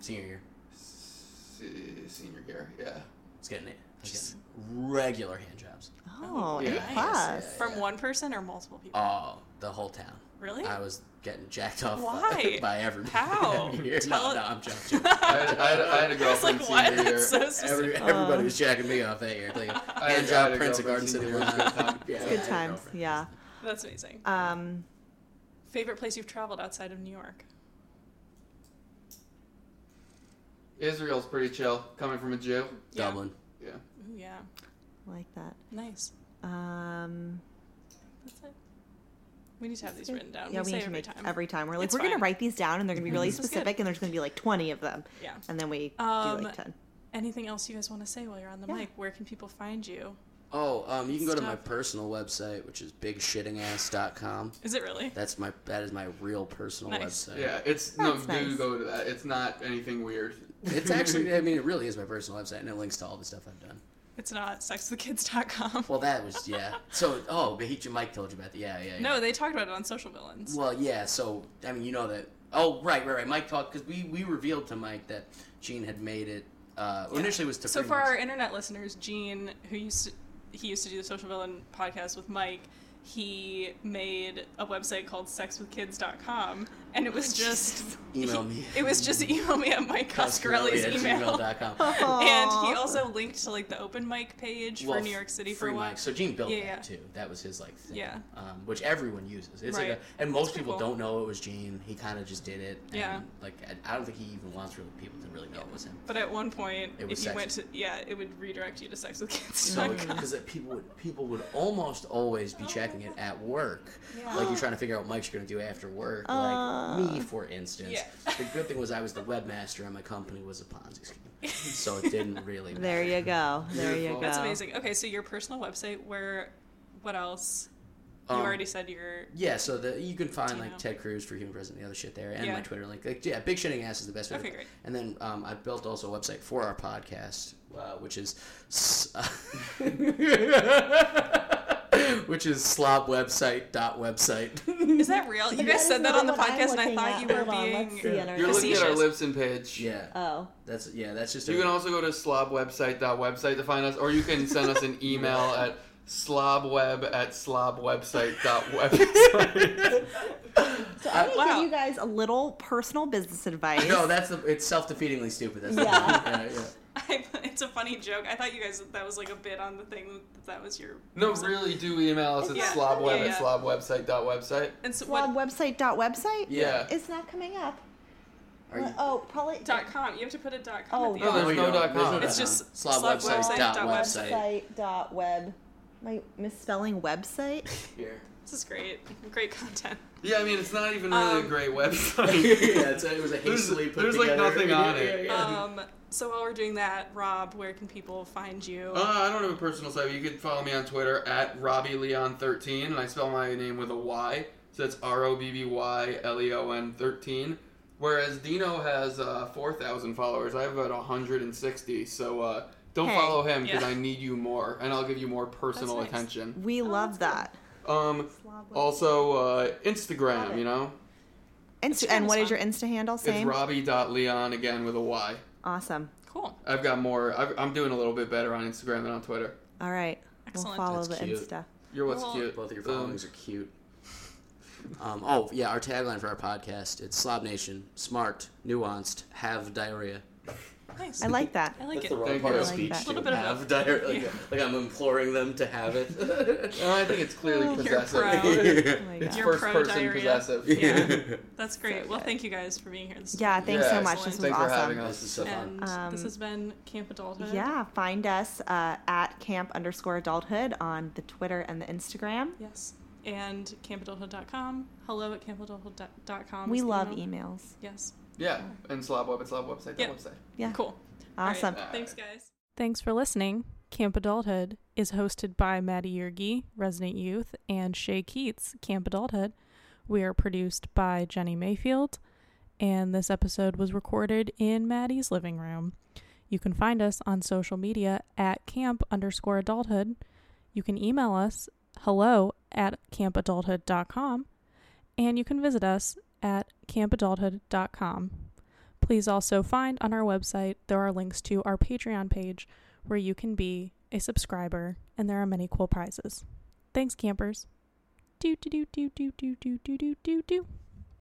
Speaker 4: Senior year.
Speaker 5: Se- Senior year. Yeah.
Speaker 4: It's getting it. Just regular hand jobs.
Speaker 3: Oh,
Speaker 5: Yeah.
Speaker 3: A
Speaker 5: Nice.
Speaker 3: plus.
Speaker 2: From one person or multiple people?
Speaker 4: Oh, the whole town.
Speaker 2: Really?
Speaker 4: I was getting jacked off
Speaker 2: Why?
Speaker 4: by, by everybody.
Speaker 2: How?
Speaker 4: every year.
Speaker 2: Tell-
Speaker 4: No, no, I'm joking.
Speaker 5: I had, I had, I had a
Speaker 2: I was
Speaker 5: girlfriend
Speaker 2: like, what?
Speaker 5: senior year.
Speaker 2: That's so specific.
Speaker 4: Every, everybody was jacking me off that year. Like,
Speaker 5: I had-
Speaker 4: hand
Speaker 5: I had
Speaker 4: job,
Speaker 5: a
Speaker 4: Prince of Garden
Speaker 5: girlfriend
Speaker 4: City.
Speaker 5: senior year. It was
Speaker 4: Women.
Speaker 5: a good time.
Speaker 4: Yeah, I
Speaker 3: Good
Speaker 4: had a
Speaker 3: times.
Speaker 4: girlfriend.
Speaker 3: Yeah.
Speaker 2: That's amazing.
Speaker 3: Um,
Speaker 2: Favorite place you've traveled outside of New York?
Speaker 5: Israel's pretty chill, coming from a Jew.
Speaker 2: Yeah.
Speaker 4: Dublin.
Speaker 5: Yeah.
Speaker 2: Ooh, yeah.
Speaker 3: I like that.
Speaker 2: Nice.
Speaker 3: Um,
Speaker 2: That's it. We need to have these written down.
Speaker 3: yeah,
Speaker 2: we,
Speaker 3: we
Speaker 2: say
Speaker 3: need to
Speaker 2: every
Speaker 3: make
Speaker 2: time.
Speaker 3: every time. We're like,
Speaker 2: It's
Speaker 3: we're gonna
Speaker 2: fine.
Speaker 3: write these down, and they're gonna be really
Speaker 2: This is good.
Speaker 3: specific, and there's gonna be like twenty of them,
Speaker 2: yeah.
Speaker 3: and then we
Speaker 2: Um,
Speaker 3: do like ten.
Speaker 2: Anything else you guys want to say while you're on the
Speaker 3: Yeah.
Speaker 2: mic? Where can people find you?
Speaker 4: Oh, um, you can go to my
Speaker 2: Stuff.
Speaker 4: personal website, which is bigshittingass.com.
Speaker 2: Is it really?
Speaker 4: That's my that is my real personal
Speaker 2: Nice.
Speaker 4: website.
Speaker 5: Yeah, it's no.
Speaker 3: That's
Speaker 5: Do
Speaker 3: nice.
Speaker 5: go to that. It's not anything weird.
Speaker 4: It's actually, I mean, it really is my personal website, and it links to all the stuff I've done.
Speaker 2: It's not sexthekids.com.
Speaker 4: Well, that was yeah. So, oh, but he, Mike told you about that. Yeah, yeah. yeah.
Speaker 2: No, they talked about it on Social Villains.
Speaker 4: Well, yeah. So I mean, you know that. Oh, right, right, right. Mike talked because we we revealed to Mike that Gene had made it. Uh, well, Initially, it was to
Speaker 2: So
Speaker 4: Freeman's.
Speaker 2: for our internet listeners, Gene, who used to, he used to do the Social Villain podcast with Mike, he made a website called sexwithkids.com, and it was just
Speaker 4: email
Speaker 2: he-
Speaker 4: me.
Speaker 2: It was just email me at Mike
Speaker 4: Coscarelli
Speaker 2: Coscarelli's
Speaker 4: at
Speaker 2: email.
Speaker 4: gmail.com.
Speaker 2: And
Speaker 3: Aw.
Speaker 2: he also linked to like the open mic page for
Speaker 4: Well,
Speaker 2: New York City
Speaker 4: free
Speaker 2: for a while.
Speaker 4: Mike. So Gene built
Speaker 2: Yeah, yeah.
Speaker 4: that too. That was his like thing.
Speaker 2: Yeah.
Speaker 4: Um, which everyone uses. It's like
Speaker 2: Right.
Speaker 4: a, and most
Speaker 2: pretty
Speaker 4: people
Speaker 2: cool.
Speaker 4: don't know it was Gene. He kind of just did it. and,
Speaker 2: Yeah.
Speaker 4: Like I, I don't think he even wants really people to really know it was him.
Speaker 2: But at one point,
Speaker 4: It
Speaker 2: if you
Speaker 4: was
Speaker 2: went to
Speaker 4: sexy.
Speaker 2: yeah, it would redirect you to
Speaker 4: So
Speaker 2: sexwithkids.com.
Speaker 4: because people would people would almost always
Speaker 2: Oh.
Speaker 4: be checking it at work, like you're trying to figure out what mics you're gonna do after work. like me, for instance.
Speaker 2: Uh. Yeah.
Speaker 4: The good thing was I was the webmaster and my company was a Ponzi scheme, so it didn't really.
Speaker 3: There you go. There you go.
Speaker 5: Beautiful. That's
Speaker 2: That's amazing. Okay, so your personal website. Where? What else?
Speaker 4: Um,
Speaker 2: you already said your.
Speaker 4: Yeah, so the you can find like
Speaker 2: Latino.
Speaker 4: Ted Cruz for Human President, the other shit there, and
Speaker 2: Yeah.
Speaker 4: my Twitter link. Like, yeah, big shitting ass is the best. way to-
Speaker 2: Okay, great.
Speaker 4: And then um, I built also a website for our podcast, uh, which is s- which is slobwebsite.website.
Speaker 2: Is that real? You guys said that on the podcast, and I thought you were
Speaker 3: Hold on, let's see
Speaker 2: being.
Speaker 3: it.
Speaker 5: You're looking at our
Speaker 2: Facetious.
Speaker 5: Libsyn page.
Speaker 4: yeah,
Speaker 3: Oh,
Speaker 4: that's yeah, that's just.
Speaker 5: You
Speaker 4: a-
Speaker 5: can also go to slobwebsite.website to find us, or you can send us an email at slobweb at slobwebsite.website.
Speaker 3: so I'm gonna
Speaker 2: Uh, Wow.
Speaker 3: give you guys a little personal business advice.
Speaker 4: no, that's the, it's self defeatingly stupid. That's the-
Speaker 3: Yeah.
Speaker 4: yeah, yeah.
Speaker 2: I, it's a funny joke. I thought you guys that was like a bit on the thing that that was your.
Speaker 5: no, really, do email us at
Speaker 2: Yeah.
Speaker 5: slobweb
Speaker 2: Yeah,
Speaker 5: at
Speaker 2: yeah.
Speaker 5: slobwebsite.website.
Speaker 2: And so
Speaker 3: Slob
Speaker 2: what?
Speaker 3: website dot website.
Speaker 5: Yeah.
Speaker 3: It's not coming up.
Speaker 4: Are you-
Speaker 3: Oh, probably
Speaker 2: Dot com. You have to put a dot com
Speaker 3: Oh,
Speaker 2: at the
Speaker 5: No,
Speaker 2: end.
Speaker 5: there's no dot com.
Speaker 2: It's just
Speaker 4: slobwebsite.website.
Speaker 3: website dot web. My misspelling website.
Speaker 5: Here.
Speaker 2: This is great. Great content.
Speaker 5: Yeah, I mean, it's not even really
Speaker 2: Um,
Speaker 5: a great
Speaker 4: yeah,
Speaker 5: website.
Speaker 4: it's, it was a hastily put
Speaker 5: there's, like,
Speaker 4: together-
Speaker 5: nothing on
Speaker 4: Yeah,
Speaker 5: it.
Speaker 4: yeah, yeah.
Speaker 2: Um, so while we're doing that, Rob, where can people find you?
Speaker 5: Uh, I don't have a personal site. but You can follow me on Twitter at RobbieLeon13, and I spell my name with a Y, so that's R O B B Y L E O N 13. Whereas Dino has uh, 4,000 followers, I have about 160. So uh, don't
Speaker 3: Hey.
Speaker 5: follow him because
Speaker 2: Yeah.
Speaker 5: I need you more, and I'll give you more personal
Speaker 2: That's nice.
Speaker 5: attention.
Speaker 3: We love that.
Speaker 5: Um, also uh, Instagram, you know,
Speaker 3: And, so-
Speaker 2: Instagram
Speaker 3: and
Speaker 2: is
Speaker 3: what is
Speaker 2: fun.
Speaker 3: your Insta handle?
Speaker 5: it's
Speaker 3: Same.
Speaker 5: Robbie.Leon again with a Y.
Speaker 3: Awesome.
Speaker 2: cool.
Speaker 5: I've got more. I've, I'm doing a little bit better on Instagram than on Twitter.
Speaker 3: All right.
Speaker 2: Excellent.
Speaker 3: We'll follow
Speaker 4: That's
Speaker 3: the
Speaker 4: cute.
Speaker 3: Insta.
Speaker 5: You're what's
Speaker 2: Well-
Speaker 5: cute.
Speaker 4: Both of your
Speaker 5: Um,
Speaker 4: followings are cute. Um, oh yeah, our tagline for our podcast it's Slob Nation, smart, nuanced, have diarrhea.
Speaker 2: Nice.
Speaker 3: I like that.
Speaker 2: I like it.
Speaker 5: Thank part you. of
Speaker 3: speech,
Speaker 2: A little bit of
Speaker 4: have
Speaker 2: both.
Speaker 4: diarrhea, like, like I'm imploring them to have it.
Speaker 5: Uh, I think it's clearly possessive.
Speaker 2: pro.
Speaker 3: Oh my God.
Speaker 5: It's
Speaker 2: You're
Speaker 5: first
Speaker 2: pro
Speaker 5: person
Speaker 2: diarrhea.
Speaker 5: possessive.
Speaker 2: Yeah, that's great. well,
Speaker 3: good.
Speaker 2: thank you guys for being here. This
Speaker 3: Yeah, thanks so
Speaker 5: Yeah,
Speaker 3: much. This was
Speaker 5: thanks for having
Speaker 3: awesome.
Speaker 5: us.
Speaker 4: this is so fun.
Speaker 2: and
Speaker 3: Um,
Speaker 2: this has been Camp Adulthood.
Speaker 3: Yeah, find us uh, at camp underscore adulthood on the Twitter and the Instagram.
Speaker 2: Yes. And campadulthood.com. Hello at campadulthood.com.
Speaker 3: We
Speaker 2: is the
Speaker 3: love
Speaker 2: email.
Speaker 3: emails.
Speaker 2: Yes.
Speaker 5: Yeah, and slob web, it's slob website,
Speaker 2: Yeah.
Speaker 5: that website.
Speaker 3: Yeah,
Speaker 2: Cool. All right.
Speaker 3: awesome.
Speaker 2: Thanks, guys.
Speaker 1: Thanks for listening. Camp Adulthood is hosted by Maddie Yergi, Resident Youth, and Shay Keats, Camp Adulthood. We are produced by Jenny Mayfield, and this episode was recorded in Maddie's living room. You can find us on social media at camp underscore adulthood. You can email us hello at campadulthood.com, and you can visit us at campadulthood.com. Please also find on our website there are links to our Patreon page where you can be a subscriber and there are many cool prizes. Thanks, campers. Do do do do do do do do do do do.